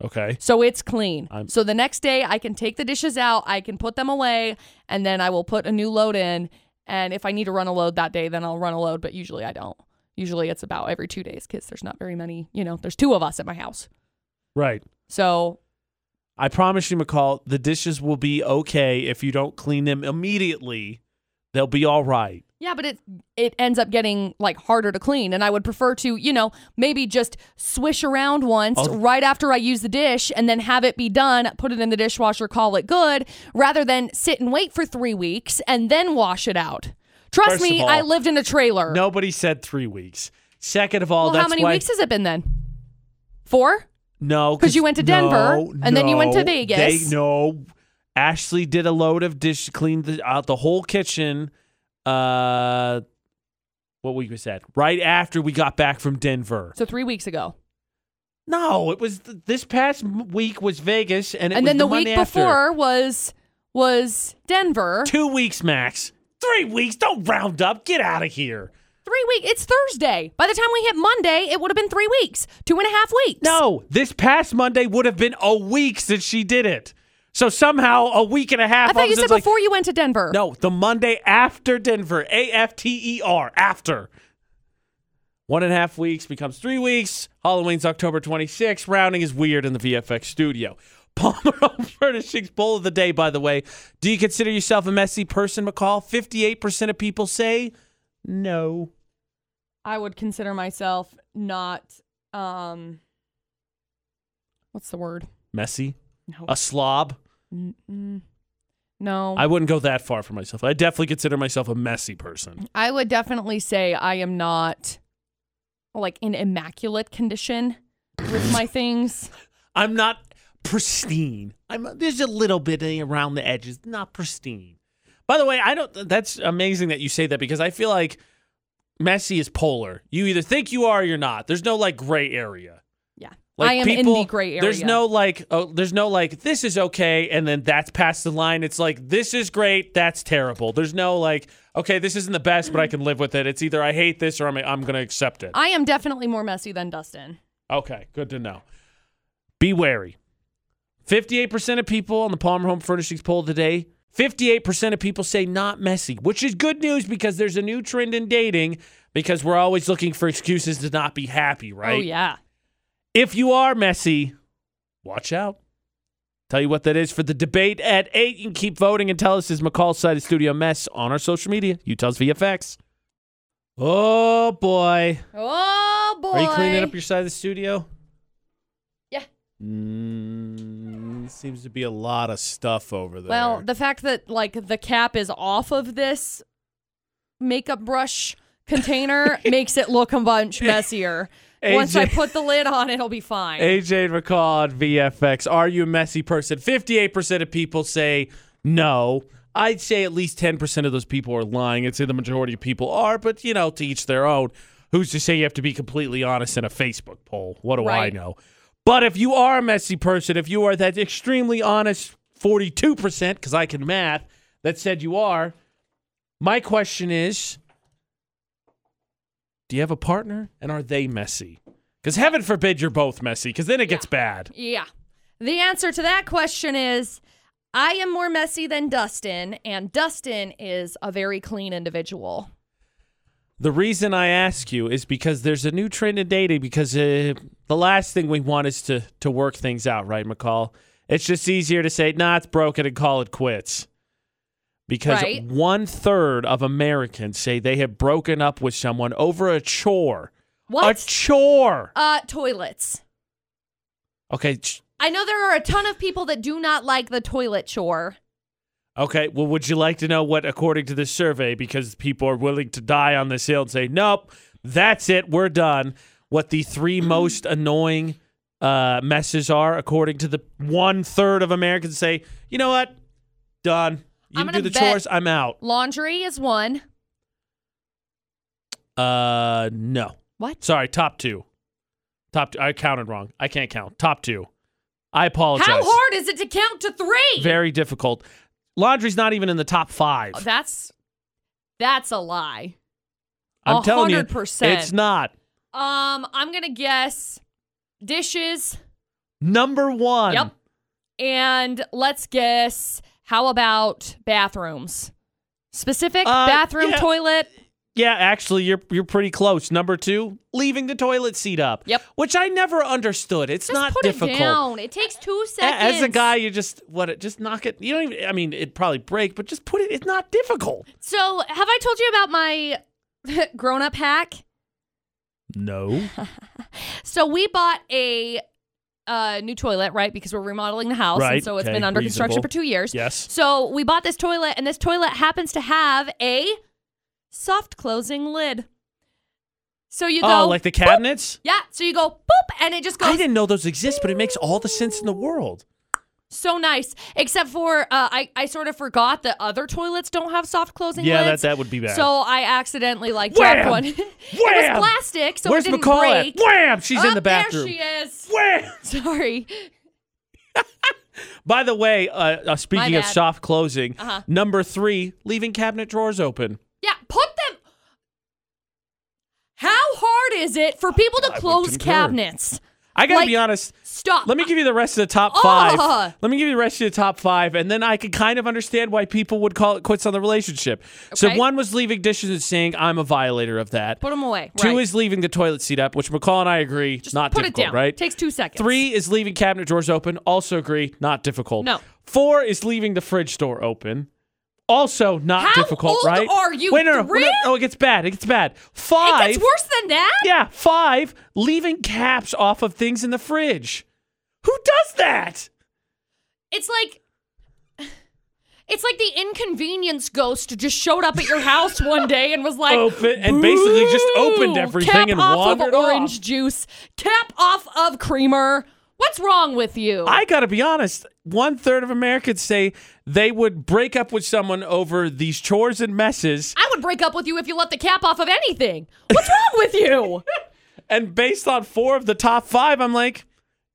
Speaker 1: Okay.
Speaker 2: So it's clean.
Speaker 1: I'm-
Speaker 2: so the next day, I can take the dishes out, I can put them away, and then I will put a new load in. And if I need to run a load that day, then I'll run a load, but usually I don't. Usually it's about every two days because there's not very many, you know, there's two of us at my house.
Speaker 1: Right.
Speaker 2: So
Speaker 1: I promise you, McCall, the dishes will be okay if you don't clean them immediately. They'll be all right.
Speaker 2: Yeah, but it it ends up getting like harder to clean, and I would prefer to, you know, maybe just swish around once
Speaker 1: Oh.
Speaker 2: right after I use the dish, and then have it be done, put it in the dishwasher, call it good, rather than sit and wait for three weeks and then wash it out. Trust
Speaker 1: First
Speaker 2: me,
Speaker 1: of all,
Speaker 2: I lived in a trailer.
Speaker 1: Nobody said three weeks. Second of all,
Speaker 2: well,
Speaker 1: that's
Speaker 2: how many
Speaker 1: why
Speaker 2: weeks has it been then? Four.
Speaker 1: No,
Speaker 2: 'Cause you went to Denver,
Speaker 1: no,
Speaker 2: and then you went to
Speaker 1: no,
Speaker 2: Vegas.
Speaker 1: They, no, Ashley did a load of dish, cleaned the, out the whole kitchen. Uh, what week was that? Right after we got back from Denver.
Speaker 2: So three weeks ago,
Speaker 1: No, it was th- this past m- week was Vegas, and it
Speaker 2: and
Speaker 1: was
Speaker 2: then
Speaker 1: the,
Speaker 2: the, week
Speaker 1: Monday after.
Speaker 2: before was was Denver.
Speaker 1: two weeks max, three weeks. Don't round up. Get out of here.
Speaker 2: Three weeks. It's Thursday. By the time we hit Monday, it would have been three weeks, two and a half weeks.
Speaker 1: No, this past Monday would have been a week since she did it. So somehow a week and a half.
Speaker 2: I
Speaker 1: all
Speaker 2: thought
Speaker 1: of
Speaker 2: you
Speaker 1: a
Speaker 2: said
Speaker 1: sudden's like,
Speaker 2: before you went to Denver.
Speaker 1: No, the Monday after Denver. A F T E R. After. One and a half weeks becomes three weeks. Halloween's October 26th. Rounding is weird in the VFX studio. *laughs* Palmer Home Furnishings Bowl of the Day, by the way. Do you consider yourself a messy person, McCall? 58% of people say no.
Speaker 2: I would consider myself not um what's the word?
Speaker 1: Messy?
Speaker 2: No.
Speaker 1: A slob?
Speaker 2: Mm-mm. No.
Speaker 1: I wouldn't go that far for myself. I definitely consider myself a messy person.
Speaker 2: I would definitely say I am not like in immaculate condition with *laughs* my things.
Speaker 1: I'm not pristine. I'm there's a little bit around the edges, not pristine. By the way, I don't. That's amazing that you say that because I feel like messy is polar. You either think you are or you're not. There's no like gray area.
Speaker 2: Yeah.
Speaker 1: Like
Speaker 2: I am
Speaker 1: people,
Speaker 2: in the gray area.
Speaker 1: There's no like. Oh, there's no like. This is okay, and then that's past the line. It's like this is great. That's terrible. There's no like. Okay, this isn't the best, but I can live with it. It's either I hate this or I'm I'm gonna accept it.
Speaker 2: I am definitely more messy than Dustin. Oh,
Speaker 1: Okay, good to know. Be wary. 58% of people on the Palmer Home Furnishings poll today, 58% of people say not messy, which is good news because there's a new trend in dating because we're always looking for excuses to not be happy, right?
Speaker 2: Oh yeah.
Speaker 1: If you are messy, watch out. Tell you what that is for the debate at 8. You can keep voting and tell us is McCall's side of studio mess on our social media, Utah's VFX. Oh boy.
Speaker 2: Oh boy. Oh,
Speaker 1: Are you cleaning up your side of the studio?
Speaker 2: Yeah.
Speaker 1: Mm, seems to be a lot of stuff over there.
Speaker 2: Well, the fact that like the cap is off of this makeup brush
Speaker 1: *laughs*
Speaker 2: container makes it look a bunch messier. Once I
Speaker 1: AJ.
Speaker 2: put the lid on, it'll be fine.
Speaker 1: AJ McCall on VFX. Are you a messy person? 58% of people say no. I'd say at least 10% of those people are lying. I'd say the majority of people are, but you know, to each their own. Who's to say you have to be completely honest in a Facebook poll? What do I
Speaker 2: Right.
Speaker 1: know? But if you are a messy person, if you are that extremely honest 42%, because I can math, that said you are, my question is do you have a partner and are they messy? Because heaven forbid you're both messy, because then it gets bad.
Speaker 2: yeah. The answer to that question is I am more messy than Dustin, and Dustin is a very clean individual.
Speaker 1: The reason I ask you is because there's a new trend in dating. Because uh, the last thing we want is to to work things out, right, McCall? It's just easier to say, "Nah, it's broken," and call it quits. Because
Speaker 2: Right.
Speaker 1: one third of Americans say they have broken up with someone over a chore.
Speaker 2: What?
Speaker 1: A chore.
Speaker 2: uh, toilets. Uh.
Speaker 1: Okay. ch-
Speaker 2: I know there are a ton of people that do not like the toilet chore.
Speaker 1: Okay. Well, would you like to know what, according to this survey, because people are willing to die on this hill and say, nope, that's it, we're done, what the
Speaker 2: *clears throat*
Speaker 1: three most annoying uh, messes are, according to the one third of Americans say, you know what, done. You
Speaker 2: I'm
Speaker 1: do
Speaker 2: gonna
Speaker 1: the
Speaker 2: bet-
Speaker 1: chores, I'm out.
Speaker 2: Laundry is one.
Speaker 1: Uh, no.
Speaker 2: What?
Speaker 1: Sorry, top two. Top two. I counted wrong. I can't count. Top two. I apologize.
Speaker 2: How hard is it to count to three?
Speaker 1: Very difficult. Laundry's not even in the top five.
Speaker 2: Uh, That's that's a lie.
Speaker 1: I'm telling you,
Speaker 2: 100%.
Speaker 1: it's not.
Speaker 2: Um, I'm gonna guess dishes.
Speaker 1: Number one.
Speaker 2: Yep. And let's guess. How about bathrooms? Specific
Speaker 1: Uh,
Speaker 2: bathroom,
Speaker 1: yeah.
Speaker 2: toilet.
Speaker 1: Yeah, actually, you're you're pretty close. Number two, leaving the toilet seat up.
Speaker 2: Yep.
Speaker 1: Which I never understood. It's
Speaker 2: Just
Speaker 1: not
Speaker 2: put
Speaker 1: difficult.
Speaker 2: it down. It takes two
Speaker 1: A-
Speaker 2: seconds.
Speaker 1: As a guy, you just what? Just knock it. You don't even. I mean, it'd probably break, but just put it. It's not difficult.
Speaker 2: So, have I told you about my *laughs* grown-up hack? *laughs*
Speaker 1: No.
Speaker 2: So we bought a uh, new toilet, right? Because we're remodeling the house,
Speaker 1: Right,
Speaker 2: and so it's
Speaker 1: okay,
Speaker 2: been under construction
Speaker 1: reasonable.
Speaker 2: for two years.
Speaker 1: Yes.
Speaker 2: So we bought this toilet, and this toilet happens to have a soft closing lid. So you go,
Speaker 1: oh, like the cabinets.
Speaker 2: yeah. So you go boop, and it just
Speaker 1: I
Speaker 2: goes
Speaker 1: didn't know those exist, but it makes all the sense in the world.
Speaker 2: so nice. Except for uh, I, I sort of forgot that other toilets don't have soft closing
Speaker 1: Yeah, that
Speaker 2: lids.
Speaker 1: that would be bad.
Speaker 2: So I accidentally like dropped
Speaker 1: Wham!
Speaker 2: one. *laughs* it
Speaker 1: Wham!
Speaker 2: was plastic, so
Speaker 1: Where's
Speaker 2: it didn't
Speaker 1: McCall
Speaker 2: break.
Speaker 1: at? Wham! She's in
Speaker 2: Up
Speaker 1: the bathroom.
Speaker 2: There she is.
Speaker 1: Wham!
Speaker 2: Sorry.
Speaker 1: By the way, uh, uh, speaking of
Speaker 2: bad.
Speaker 1: soft closing,
Speaker 2: Uh-huh.
Speaker 1: number three, leaving cabinet drawers open.
Speaker 2: Yeah, put them. How hard is it for people to
Speaker 1: would
Speaker 2: close
Speaker 1: concur.
Speaker 2: cabinets?
Speaker 1: I gotta
Speaker 2: Like-
Speaker 1: be honest.
Speaker 2: Stop.
Speaker 1: Let me give you the rest of the top five.
Speaker 2: Ugh.
Speaker 1: Let me give you the rest of the top five, and then I could kind of understand why people would call it quits on the relationship. So
Speaker 2: Okay.
Speaker 1: one was leaving dishes and saying, "I'm a violator of that."
Speaker 2: put them away.
Speaker 1: Two
Speaker 2: right.
Speaker 1: is leaving the toilet seat up, which McCall and I agree,
Speaker 2: Just
Speaker 1: not
Speaker 2: put
Speaker 1: difficult,
Speaker 2: it down.
Speaker 1: right?
Speaker 2: Takes two seconds.
Speaker 1: Three is leaving cabinet drawers open, also agree, not difficult.
Speaker 2: No.
Speaker 1: Four is leaving the fridge door open. Also not
Speaker 2: How
Speaker 1: difficult,
Speaker 2: old
Speaker 1: right?
Speaker 2: are you,
Speaker 1: Wait, no, no,
Speaker 2: three?
Speaker 1: we're not- oh, it gets bad. It gets bad.
Speaker 2: It
Speaker 1: Five.
Speaker 2: gets worse than that.
Speaker 1: Yeah, five, leaving caps off of things in the fridge. Who does that?
Speaker 2: It's like. *sighs* It's like the inconvenience ghost just showed up at your house one day and was like,
Speaker 1: Open- and basically just opened
Speaker 2: "Boo,
Speaker 1: everything
Speaker 2: cap
Speaker 1: and
Speaker 2: off
Speaker 1: wandered
Speaker 2: of orange
Speaker 1: off."
Speaker 2: juice, cap off of creamer. What's wrong with you?
Speaker 1: I gotta be honest. One third of Americans say they would break up with someone over these chores and messes.
Speaker 2: I would break up with you if you let the cap off of anything. What's wrong
Speaker 1: *laughs*
Speaker 2: with you?
Speaker 1: And based on four of the top five, I'm like,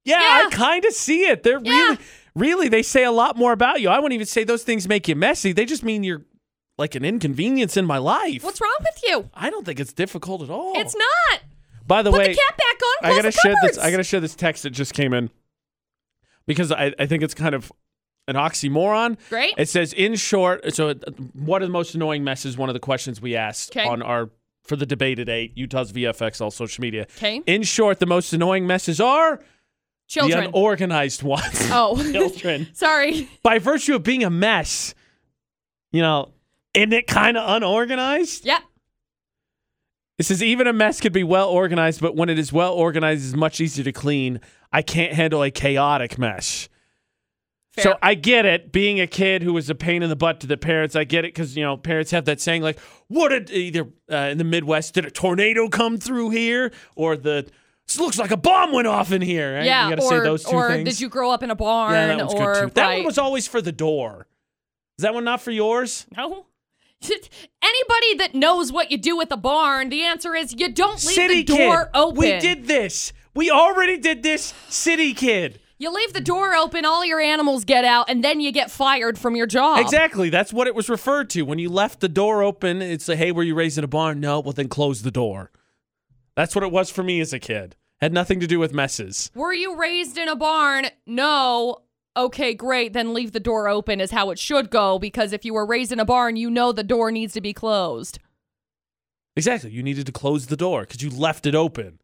Speaker 1: yeah,
Speaker 2: Yeah.
Speaker 1: I kind of see it. They're really, really, they say a lot more about you. I wouldn't even say those things make you messy. They just mean you're like an inconvenience in my life.
Speaker 2: What's wrong with you?
Speaker 1: I don't think it's difficult at all.
Speaker 2: It's not.
Speaker 1: By the
Speaker 2: Put
Speaker 1: way,
Speaker 2: the cap back on. Close
Speaker 1: I gotta
Speaker 2: the
Speaker 1: share
Speaker 2: cupboards.
Speaker 1: this. I gotta share this text that just came in because I, I think it's kind of an oxymoron.
Speaker 2: Great.
Speaker 1: It says, in short, so uh, what are the most annoying messes? One of the questions we asked
Speaker 2: 'Kay.
Speaker 1: on our for the debate today, Utah's VFX, all social media.
Speaker 2: 'Kay.
Speaker 1: In short, the most annoying messes are the
Speaker 2: Children.
Speaker 1: unorganized ones.
Speaker 2: oh,
Speaker 1: *laughs* Children,
Speaker 2: *laughs* sorry.
Speaker 1: by virtue of being a mess, you know, isn't it kind of unorganized?
Speaker 2: Yep.
Speaker 1: This is even a mess could be well organized, but when it is well organized, it's much easier to clean. I can't handle a chaotic mess. So
Speaker 2: Fair.
Speaker 1: I get it. Being a kid who was a pain in the butt to the parents, I get it because you know parents have that saying like, "What did either uh, in the Midwest did a tornado come through here, or the this looks like a bomb went off in here?" Right?
Speaker 2: yeah,
Speaker 1: you gotta
Speaker 2: or,
Speaker 1: say those two
Speaker 2: or
Speaker 1: things.
Speaker 2: did you grow up in a barn?
Speaker 1: yeah, that one's
Speaker 2: or
Speaker 1: good too. That
Speaker 2: right.
Speaker 1: one was always for the door. Is that one not for yours?
Speaker 2: No. *laughs* Anybody that knows what you do with a barn, the answer is you don't leave
Speaker 1: City
Speaker 2: the door
Speaker 1: kid,
Speaker 2: open.
Speaker 1: we did this. We already did this, city kid.
Speaker 2: You leave the door open, all your animals get out, and then you get fired from your job.
Speaker 1: Exactly. That's what it was referred to. When you left the door open, it's like, hey, were you raised in a barn? No. Well, then close the door. That's what it was for me as a kid. Had nothing to do with messes.
Speaker 2: Were you raised in a barn? No. Okay, great. Then leave the door open is how it should go because if you were raised in a barn, you know the door needs to be closed.
Speaker 1: Exactly. You needed to close the door because you left it open.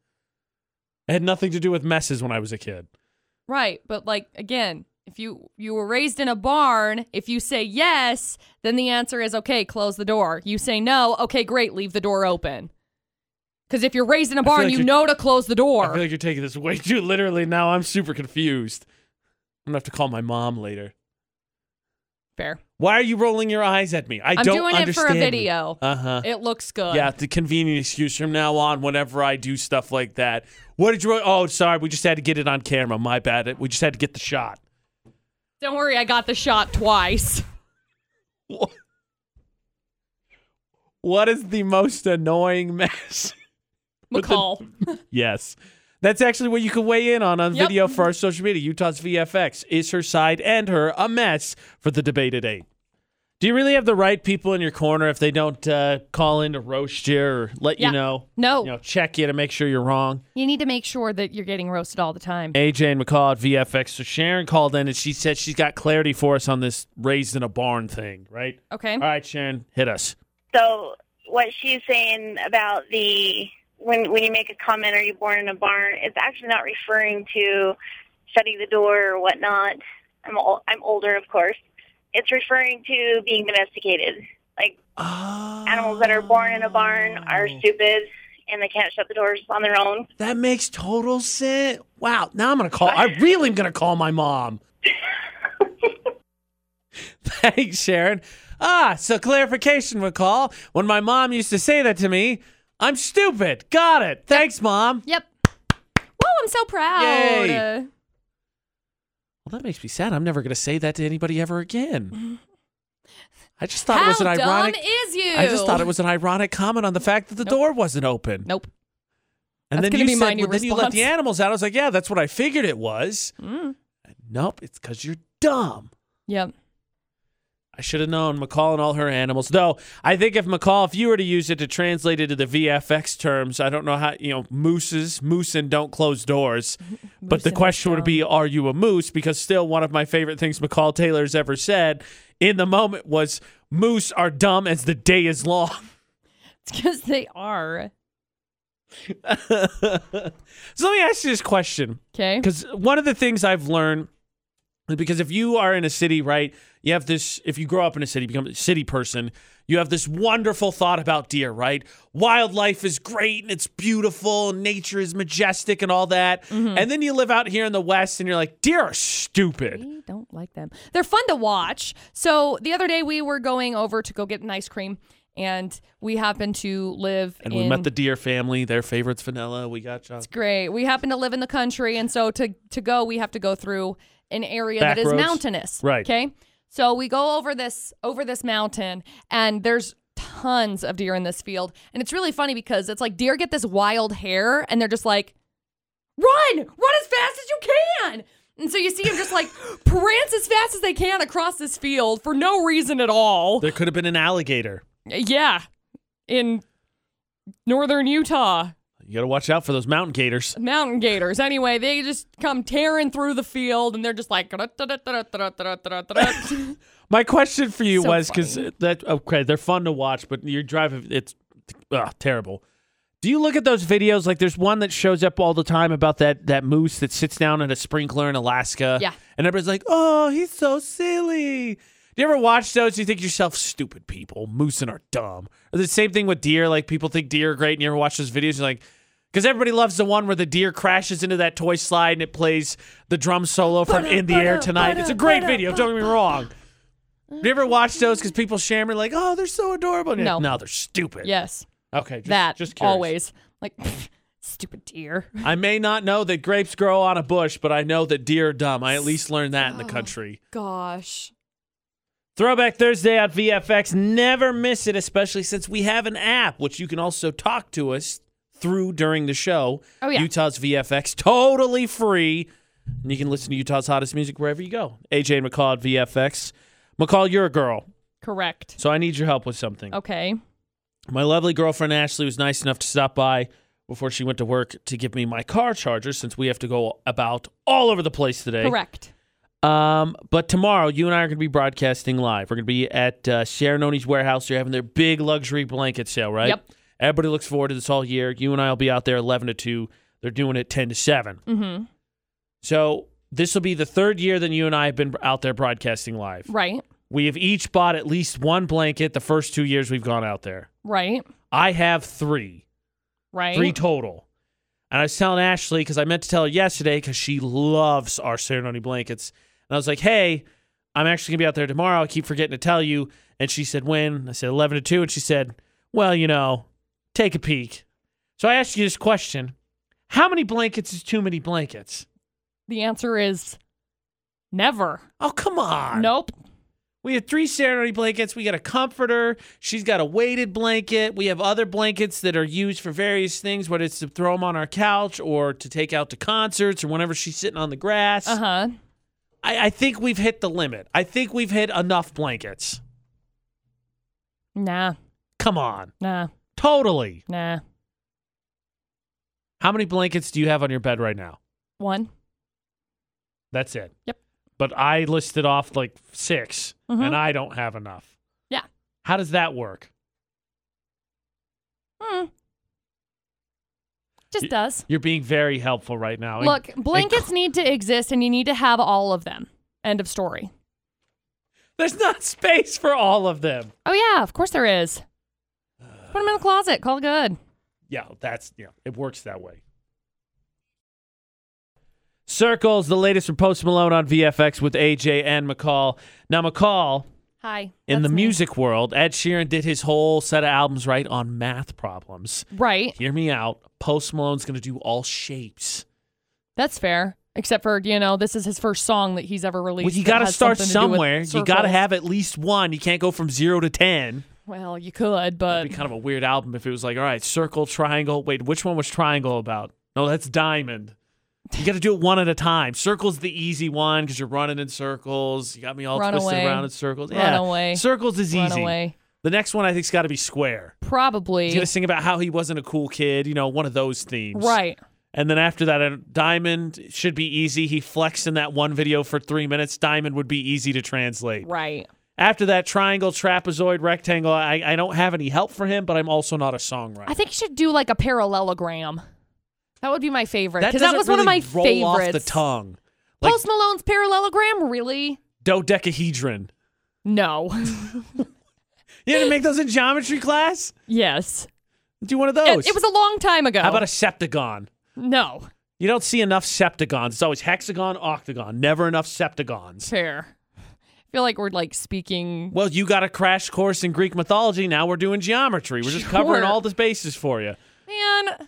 Speaker 1: It had nothing to do with messes when I was a kid.
Speaker 2: Right, but like again, if you you were raised in a barn, if you say yes, then the answer is okay, close the door. You say no, okay, great, leave the door open. Cuz if you're raised in a
Speaker 1: feel
Speaker 2: barn,
Speaker 1: like
Speaker 2: you
Speaker 1: you're-
Speaker 2: know to close the
Speaker 1: I
Speaker 2: door.
Speaker 1: feel like you're taking this way too literally now. I'm super confused. I'm going to have to call my mom later.
Speaker 2: Fair.
Speaker 1: Why are you rolling your eyes at me? I
Speaker 2: I'm
Speaker 1: don't
Speaker 2: doing it for
Speaker 1: understand.
Speaker 2: a video.
Speaker 1: Uh huh.
Speaker 2: It looks good.
Speaker 1: Yeah, the convenient excuse from now on, whenever I do stuff like that. What did you? Oh, sorry, we just had to get it on camera. My bad. It- We just had to get the shot.
Speaker 2: Don't worry, I got the shot twice. *laughs*
Speaker 1: Wha- *laughs* What is the most annoying mess? *laughs* With the-
Speaker 2: McCall.
Speaker 1: yes, that's actually what you can weigh in on on
Speaker 2: Yep.
Speaker 1: video for our social media. Utah's VFX is her side and her a mess for the debate at eight. Do you really have the right people in your corner if they don't uh, call in to roast you or let
Speaker 2: Yeah.
Speaker 1: you know,
Speaker 2: No.
Speaker 1: you know, check you to make sure you're wrong?
Speaker 2: You need to make sure that you're getting roasted all the time.
Speaker 1: AJ and McCall at VFX. So Sharon called in and she said she's got clarity for us on this raised in a barn thing, right?
Speaker 2: Okay.
Speaker 1: All right, Sharon, hit us.
Speaker 3: So what she's saying about the when when you make a comment, are you born in a barn? It's actually not referring to shutting the door or whatnot. I'm ol- I'm older, of course. It's referring to being domesticated. Like animals that are born in a barn are
Speaker 1: Oh.
Speaker 3: stupid and they can't shut the doors on their own.
Speaker 1: That makes total sense. Wow. Now I'm gonna call.
Speaker 3: *laughs*
Speaker 1: I really am gonna call my mom. Thanks, Sharon. Ah, so clarification, McCall. When my mom used to say that to me, I'm stupid. Got it. Thanks, mom.
Speaker 2: Yep. Woo, I'm so proud.
Speaker 1: Yay.
Speaker 2: Uh,
Speaker 1: Well, that makes me sad. I'm never gonna say that to anybody ever
Speaker 2: *laughs*
Speaker 1: again. I just thought it was an
Speaker 2: how dumb
Speaker 1: ironic.
Speaker 2: is you?
Speaker 1: I just thought it was an ironic comment on the fact that the door wasn't open.
Speaker 2: Nope.
Speaker 1: And then
Speaker 2: That's gonna
Speaker 1: you
Speaker 2: be
Speaker 1: said,
Speaker 2: my new
Speaker 1: well, then you let the
Speaker 2: response.
Speaker 1: animals out. I was like, yeah, that's what I figured it was.
Speaker 2: Mm.
Speaker 1: Nope, it's because you're dumb.
Speaker 2: Yep.
Speaker 1: I should have known McCall and all her animals. Though I think if McCall, if you were to use it to translate it to the VFX terms, I don't know how you know mooses, moose and don't close doors. but the
Speaker 2: Moosing
Speaker 1: question would
Speaker 2: down.
Speaker 1: be, are you a moose? Because still one of my favorite things McCall Taylor's ever said in the moment was moose are dumb as the day is long. *laughs*
Speaker 2: It's because they are.
Speaker 1: so let me ask you this question.
Speaker 2: Okay.
Speaker 1: Because one of the things I've learned, because if you are in a city, right, you have this, if you grow up in a city, become a city person, you have this wonderful thought about deer, right? Wildlife is great and it's beautiful and nature is majestic and all that. And then you live out here in the West and you're like, deer are stupid.
Speaker 2: We don't like them. They're fun to watch. So the other day we were going over to go get an ice cream, and we happened to live
Speaker 1: And
Speaker 2: in.
Speaker 1: we met the deer family, their favorite's vanilla. We got you.
Speaker 2: Great. We happen to live in the country, and so to to go, we have to go through an area
Speaker 1: Back
Speaker 2: that is
Speaker 1: roads.
Speaker 2: mountainous.
Speaker 1: Right.
Speaker 2: Okay. So we go over this over this mountain, and there's tons of deer in this field, and it's really funny because it's like deer get this wild hair, and they're just like, run, run as fast as you can. And so you see them
Speaker 1: *laughs*
Speaker 2: just like prance as fast as they can across this field for no reason at all.
Speaker 1: There could have been an alligator.
Speaker 2: Yeah, in northern Utah.
Speaker 1: You got to watch out for those mountain gators.
Speaker 2: mountain gators. Anyway, they just come tearing through the field, and they're just like.
Speaker 1: *laughs*
Speaker 2: That's
Speaker 1: My question for you
Speaker 2: So
Speaker 1: was because
Speaker 2: funny.
Speaker 1: that okay, they're fun to watch, but your drive it's ugh, terrible. Do you look at those videos? Like, there's one that shows up all the time about that that moose that sits down in a sprinkler in Alaska.
Speaker 2: Yeah.
Speaker 1: and everybody's like, "Oh, he's so silly." Do you ever watch those? You think to yourself, stupid people, moose and are dumb. Or the same thing with deer. Like people think deer are great, and you ever watch those videos? You're like, because everybody loves the one where the deer crashes into that toy slide and it plays the drum solo from In the Air Tonight. It's a great video. Don't get me wrong. Do you ever watch those? Because people share me like, oh, they're so adorable. And you're like,
Speaker 2: No.
Speaker 1: no, they're stupid.
Speaker 2: Yes,
Speaker 1: Okay. Just,
Speaker 2: that
Speaker 1: just curious.
Speaker 2: always like *laughs* stupid deer.
Speaker 1: I may not know that grapes grow on a bush, but I know that deer are dumb. I at least learned that in the
Speaker 2: Oh.
Speaker 1: country.
Speaker 2: Gosh,
Speaker 1: Throwback Thursday on VFX. Never miss it, especially since we have an app which you can also talk to us through during the show.
Speaker 2: Oh, yeah.
Speaker 1: Utah's VFX, totally free. And you can listen to Utah's hottest music wherever you go. AJ and McCall at VFX. McCall, you're a girl,
Speaker 2: correct.
Speaker 1: so I need your help with something.
Speaker 2: Okay.
Speaker 1: My lovely girlfriend Ashley was nice enough to stop by before she went to work to give me my car charger since we have to go about all over the place today.
Speaker 2: Correct.
Speaker 1: Um, but tomorrow, you and I are going to be broadcasting live. We're going to be at uh, Sharononi's Warehouse. They're having their big luxury blanket sale, right?
Speaker 2: Yep.
Speaker 1: Everybody looks forward to this all year. You and I will be out there 11 to 2. They're doing it 10 to 7.
Speaker 2: Mm-hmm.
Speaker 1: So this will be the third year that you and I have been out there broadcasting live.
Speaker 2: Right.
Speaker 1: We have each bought at least one blanket the first two years we've gone out there.
Speaker 2: Right.
Speaker 1: I have three,
Speaker 2: Right.
Speaker 1: three total. And I was telling Ashley because I meant to tell her yesterday because she loves our ceremony blankets. And I was like, hey, I'm actually going to be out there tomorrow. I keep forgetting to tell you. And she said, when? I said, 11 to 2. And she said, well, you know, take a peek. So I asked you this question How many blankets is too many blankets?
Speaker 2: the answer is never.
Speaker 1: Oh, come on.
Speaker 2: Nope.
Speaker 1: We have three ceremony blankets. We got a comforter. She's got a weighted blanket. We have other blankets that are used for various things, whether it's to throw them on our couch or to take out to concerts or whenever she's sitting on the grass.
Speaker 2: Uh huh.
Speaker 1: I, I think we've hit the limit. I think we've hit enough blankets.
Speaker 2: Nah.
Speaker 1: Come on.
Speaker 2: Nah.
Speaker 1: Totally.
Speaker 2: Nah.
Speaker 1: How many blankets do you have on your bed right now?
Speaker 2: One.
Speaker 1: That's it.
Speaker 2: Yep.
Speaker 1: But I listed off like 6
Speaker 2: Mhm.
Speaker 1: and I don't have enough.
Speaker 2: Yeah.
Speaker 1: How does that work?
Speaker 2: Hmm. Just
Speaker 1: Y-
Speaker 2: does.
Speaker 1: You're being very helpful right now. And-
Speaker 2: Look, blankets need to exist, and you need to have all of them. End of story.
Speaker 1: There's not space for all of them.
Speaker 2: Oh yeah, of course there is. Put them in the closet. Call it good.
Speaker 1: Yeah, that's yeah, it works that way. Circles, the latest from Post Malone on VFX with AJ and McCall. Now McCall,
Speaker 2: Hi.
Speaker 1: in the
Speaker 2: That's me.
Speaker 1: music world, Ed Sheeran did his whole set of albums right on math problems.
Speaker 2: Right.
Speaker 1: Hear me out. Post Malone's gonna do all shapes.
Speaker 2: That's fair. Except for you know, this is his first song that he's ever released.
Speaker 1: Well, you
Speaker 2: that
Speaker 1: got to
Speaker 2: has
Speaker 1: start
Speaker 2: something do with
Speaker 1: somewhere. You got to
Speaker 2: circles.
Speaker 1: have at least one. You can't go from zero to ten.
Speaker 2: Well, you could, but
Speaker 1: It'd be kind of a weird album if it was like, all right, circle, triangle. Wait, which one was triangle about? No, that's diamond. You got to do it one at a time. Circle's the easy one because you're running in circles. You got me all
Speaker 2: Run
Speaker 1: twisted
Speaker 2: away.
Speaker 1: around in circles.
Speaker 2: Run
Speaker 1: yeah,
Speaker 2: away.
Speaker 1: circles is
Speaker 2: run
Speaker 1: easy.
Speaker 2: away.
Speaker 1: The next one I think's got to be square. He's
Speaker 2: Probably
Speaker 1: gonna sing about how he wasn't a cool kid. You know, one of those themes.
Speaker 2: right.
Speaker 1: And then after that, uh, diamond should be easy. He flexed in that one video for three minutes. Diamond would be easy to translate.
Speaker 2: Right.
Speaker 1: After that, triangle, trapezoid, rectangle. I, I don't have any help for him, but I'm also not a songwriter.
Speaker 2: I think you should do like a parallelogram. That would be my favorite because that,
Speaker 1: doesn't
Speaker 2: was one of my
Speaker 1: really roll
Speaker 2: favorites.
Speaker 1: off the tongue. Like
Speaker 2: Post Malone's parallelogram, really?
Speaker 1: dodecahedron.
Speaker 2: No. *laughs*
Speaker 1: You didn't make those in geometry class?
Speaker 2: yes.
Speaker 1: Do one of
Speaker 2: It,
Speaker 1: those.
Speaker 2: it was a long time ago.
Speaker 1: How about a septagon?
Speaker 2: no?
Speaker 1: You don't see enough septagons. It's always hexagon, octagon. Never enough septagons.
Speaker 2: Fair. I feel like we're like speaking.
Speaker 1: Well, you got a crash course in Greek mythology. Now we're doing geometry. We're just covering
Speaker 2: Sure.
Speaker 1: all the bases for you.
Speaker 2: Man, I thought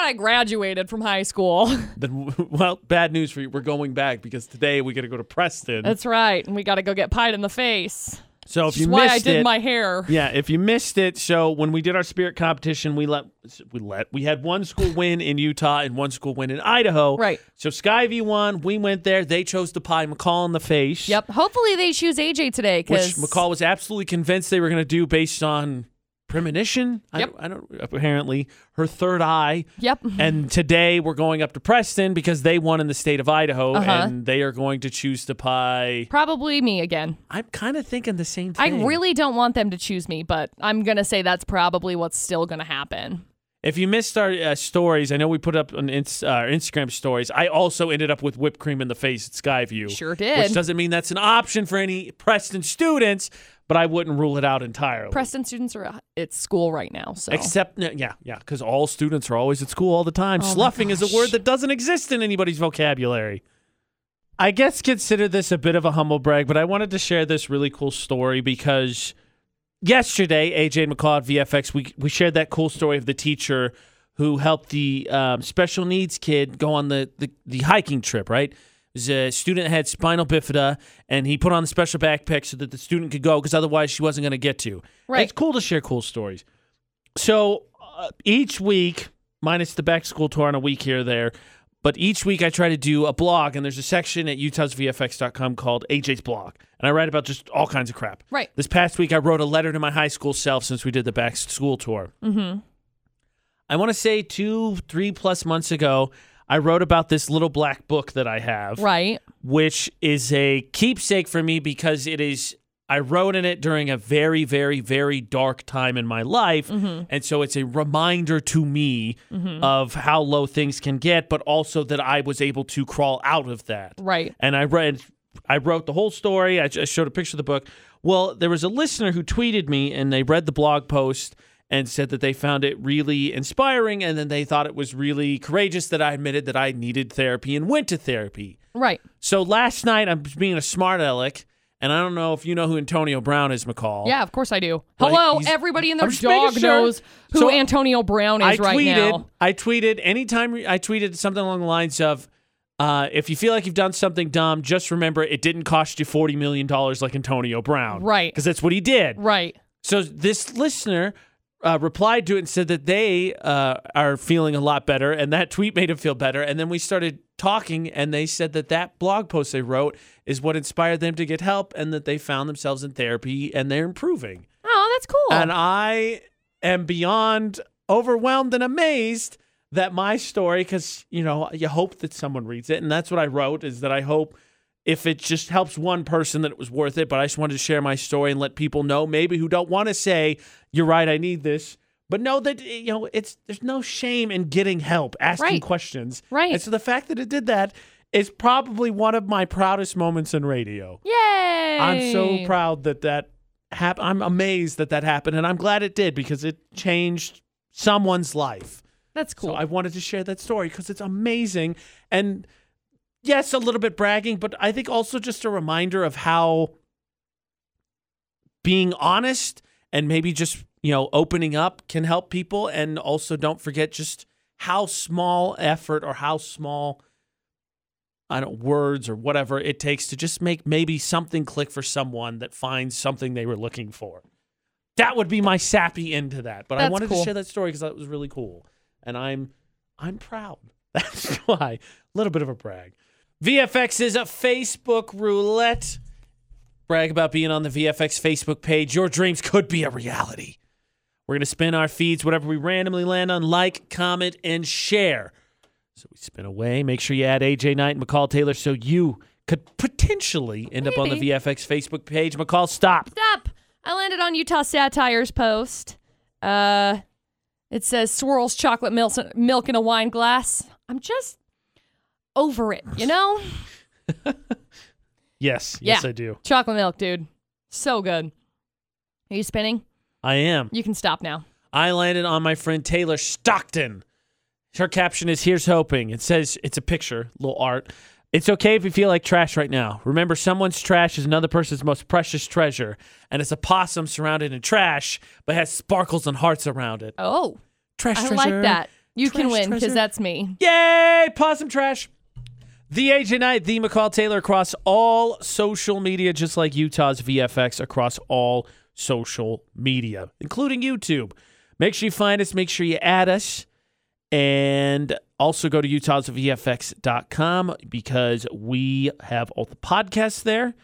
Speaker 2: I graduated from high school. *laughs*
Speaker 1: Then, *laughs* well, bad news for you. We're going back because today we got to go to Preston.
Speaker 2: That's right. And we got to go get pied in the face.
Speaker 1: so if
Speaker 2: Which is
Speaker 1: you
Speaker 2: why
Speaker 1: missed
Speaker 2: I did
Speaker 1: it,
Speaker 2: my hair.
Speaker 1: Yeah, if you missed it, so when we did our spirit competition, we let we let we had one school win in Utah and one school win in Idaho.
Speaker 2: Right.
Speaker 1: So Skyview won. We went there. They chose to pie McCall in the face.
Speaker 2: Yep. Hopefully they choose AJ today
Speaker 1: Which
Speaker 2: because
Speaker 1: McCall was absolutely convinced they were going to do based on premonition. I-
Speaker 2: Yep.
Speaker 1: I, don't apparently her third eye.
Speaker 2: Yep.
Speaker 1: And today we're going up to Preston because they won in the state of Idaho,
Speaker 2: Uh-huh.
Speaker 1: and they are going to choose to pie.
Speaker 2: Probably me again.
Speaker 1: I'm kind of thinking the same
Speaker 2: I
Speaker 1: thing.
Speaker 2: really don't want them to choose me, but I'm going to say that's probably what's still going to happen.
Speaker 1: If you missed our uh, stories, I know we put up on Inst- uh, our Instagram stories. I also ended up with whipped cream in the face at Skyview.
Speaker 2: Sure did.
Speaker 1: Which doesn't mean that's an option for any Preston students, but I wouldn't rule it out entirely.
Speaker 2: Preston students are at school right now, so
Speaker 1: Except, no, yeah, yeah, because all students are always at school all the time.
Speaker 2: Oh my
Speaker 1: Sluffing is a word
Speaker 2: gosh.
Speaker 1: that doesn't exist in anybody's vocabulary. I guess consider this a bit of a humble brag, but I wanted to share this really cool story because yesterday, AJ and McCall at VFX, we, we shared that cool story of the teacher who helped the um, special needs kid go on the, the, the hiking trip, right? It was a student that had spinal bifida, and he put on the special backpack so that the student could go because otherwise she wasn't going to get to.
Speaker 2: Right.
Speaker 1: It's cool to share cool stories. So uh, each week, minus the back to school tour on a week here or there, but each week I try to do a blog, and there's a section at utahsvfx.com called AJ's blog, and I write about just all kinds of crap.
Speaker 2: Right.
Speaker 1: This past week, I wrote a letter to my high school self since we did the back to school tour.
Speaker 2: Mm-hmm.
Speaker 1: I want to say two, three plus months ago, I wrote about this little black book that I have
Speaker 2: Right.
Speaker 1: which is a keepsake for me because it is I wrote in it during a very very very dark time in my life and so it's a reminder to me of how low things can get but also that I was able to crawl out of that.
Speaker 2: Right.
Speaker 1: And I read I wrote the whole story. I just showed a picture of the book. Well, there was a listener who tweeted me and they read the blog post and said that they found it really inspiring and then they thought it was really courageous that I admitted that I needed therapy and went to therapy.
Speaker 2: Right.
Speaker 1: So last night I'm being a smart aleck, and I don't know if you know who Antonio Brown is, McCall.
Speaker 2: Yeah, of course I do.
Speaker 1: Like,
Speaker 2: Hello,
Speaker 1: he's-
Speaker 2: everybody and their
Speaker 1: I'm just making
Speaker 2: dog
Speaker 1: sure.
Speaker 2: knows who
Speaker 1: So,
Speaker 2: Antonio Brown
Speaker 1: I
Speaker 2: is right
Speaker 1: tweeted.
Speaker 2: now.
Speaker 1: I tweeted anytime I tweeted something along the lines of, uh, "If you feel like you've done something dumb, just remember it didn't cost you forty million dollars like Antonio Brown,
Speaker 2: Right.
Speaker 1: Because that's what he did.
Speaker 2: Right.
Speaker 1: So this listener uh, replied to it and said that they uh, are feeling a lot better, and that tweet made them feel better. And then we started talking, and they said that that blog post they wrote is what inspired them to get help, and that they found themselves in therapy and they're improving.
Speaker 2: Oh, that's cool.
Speaker 1: And I am beyond overwhelmed and amazed that my story, because you know, you hope that someone reads it, and that's what I wrote is that I hope if it just helps one person that it was worth it. But I just wanted to share my story and let people know, maybe who don't want to say, "You're right, I need this." But know that you know it's there's no shame in getting help, asking
Speaker 2: Right.
Speaker 1: questions,
Speaker 2: Right.
Speaker 1: And so the fact that it did that is probably one of my proudest moments in radio.
Speaker 2: Yay!
Speaker 1: I'm so proud that that happened. I'm amazed that that happened, and I'm glad it did because it changed someone's life.
Speaker 2: That's cool.
Speaker 1: So I wanted to share that story because it's amazing. And yes, a little bit bragging, but I think also just a reminder of how being honest and maybe just, you know, opening up can help people. And also don't forget just how small effort or how small I don't words or whatever it takes to just make maybe something click for someone that finds something they were looking for. That would be my sappy end to that. But I
Speaker 2: That's
Speaker 1: wanted
Speaker 2: cool.
Speaker 1: to share that story because that was really cool. And I'm I'm proud. *laughs* That's why. A little bit of a brag. VFX is a Facebook roulette. Brag about being on the VFX Facebook page. Your dreams could be a reality. We're going to spin our feeds, whatever we randomly land on, like, comment, and share. So we spin away. Make sure you add AJ Knight and McCall Taylor so you could potentially end up on the
Speaker 2: Maybe.
Speaker 1: VFX Facebook page. McCall, stop.
Speaker 2: Stop! I landed on Utah Satire's post. Uh, it says swirls chocolate milk, milk in a wine glass. I'm just over it, you know?
Speaker 1: Yes.
Speaker 2: Yeah.
Speaker 1: Yes, I do.
Speaker 2: chocolate milk, dude. So good. Are you spinning?
Speaker 1: I am.
Speaker 2: You can stop now.
Speaker 1: I landed on my friend Taylor Stockton. Her caption is Here's Hoping. It says, It's a picture, little art. It's okay if you feel like trash right now. Remember, someone's trash is another person's most precious treasure. And it's a possum surrounded in trash, but has sparkles and hearts around it.
Speaker 2: Oh,
Speaker 1: Trash
Speaker 2: I
Speaker 1: treasure.
Speaker 2: like that. You can
Speaker 1: Trash
Speaker 2: win because
Speaker 1: treasure.
Speaker 2: that's me.
Speaker 1: Yay! Possum trash. The AJ Knight, the McCall Taylor across all social media, just like Utah's VFX across all social media, including YouTube. Make sure you find us, make sure you add us, and also go to utahsvfx.com because we have all the podcasts there.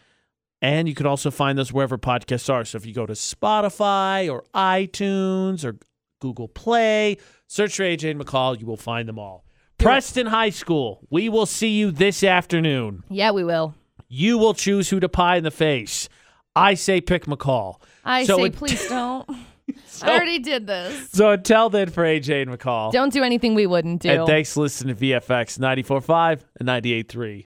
Speaker 1: And you can also find those wherever podcasts are. So if you go to Spotify or iTunes or Google Play, search for AJ and McCall, you will find them all. Preston High School, we will see you this afternoon.
Speaker 2: Yeah, we will.
Speaker 1: You will choose who to pie in the face. I say pick McCall.
Speaker 2: I
Speaker 1: So
Speaker 2: say,
Speaker 1: it-
Speaker 2: please don't. I already did this.
Speaker 1: So until then, for AJ and McCall.
Speaker 2: Don't do anything we wouldn't do.
Speaker 1: And thanks for listening to VFX 94.5 and 98.3.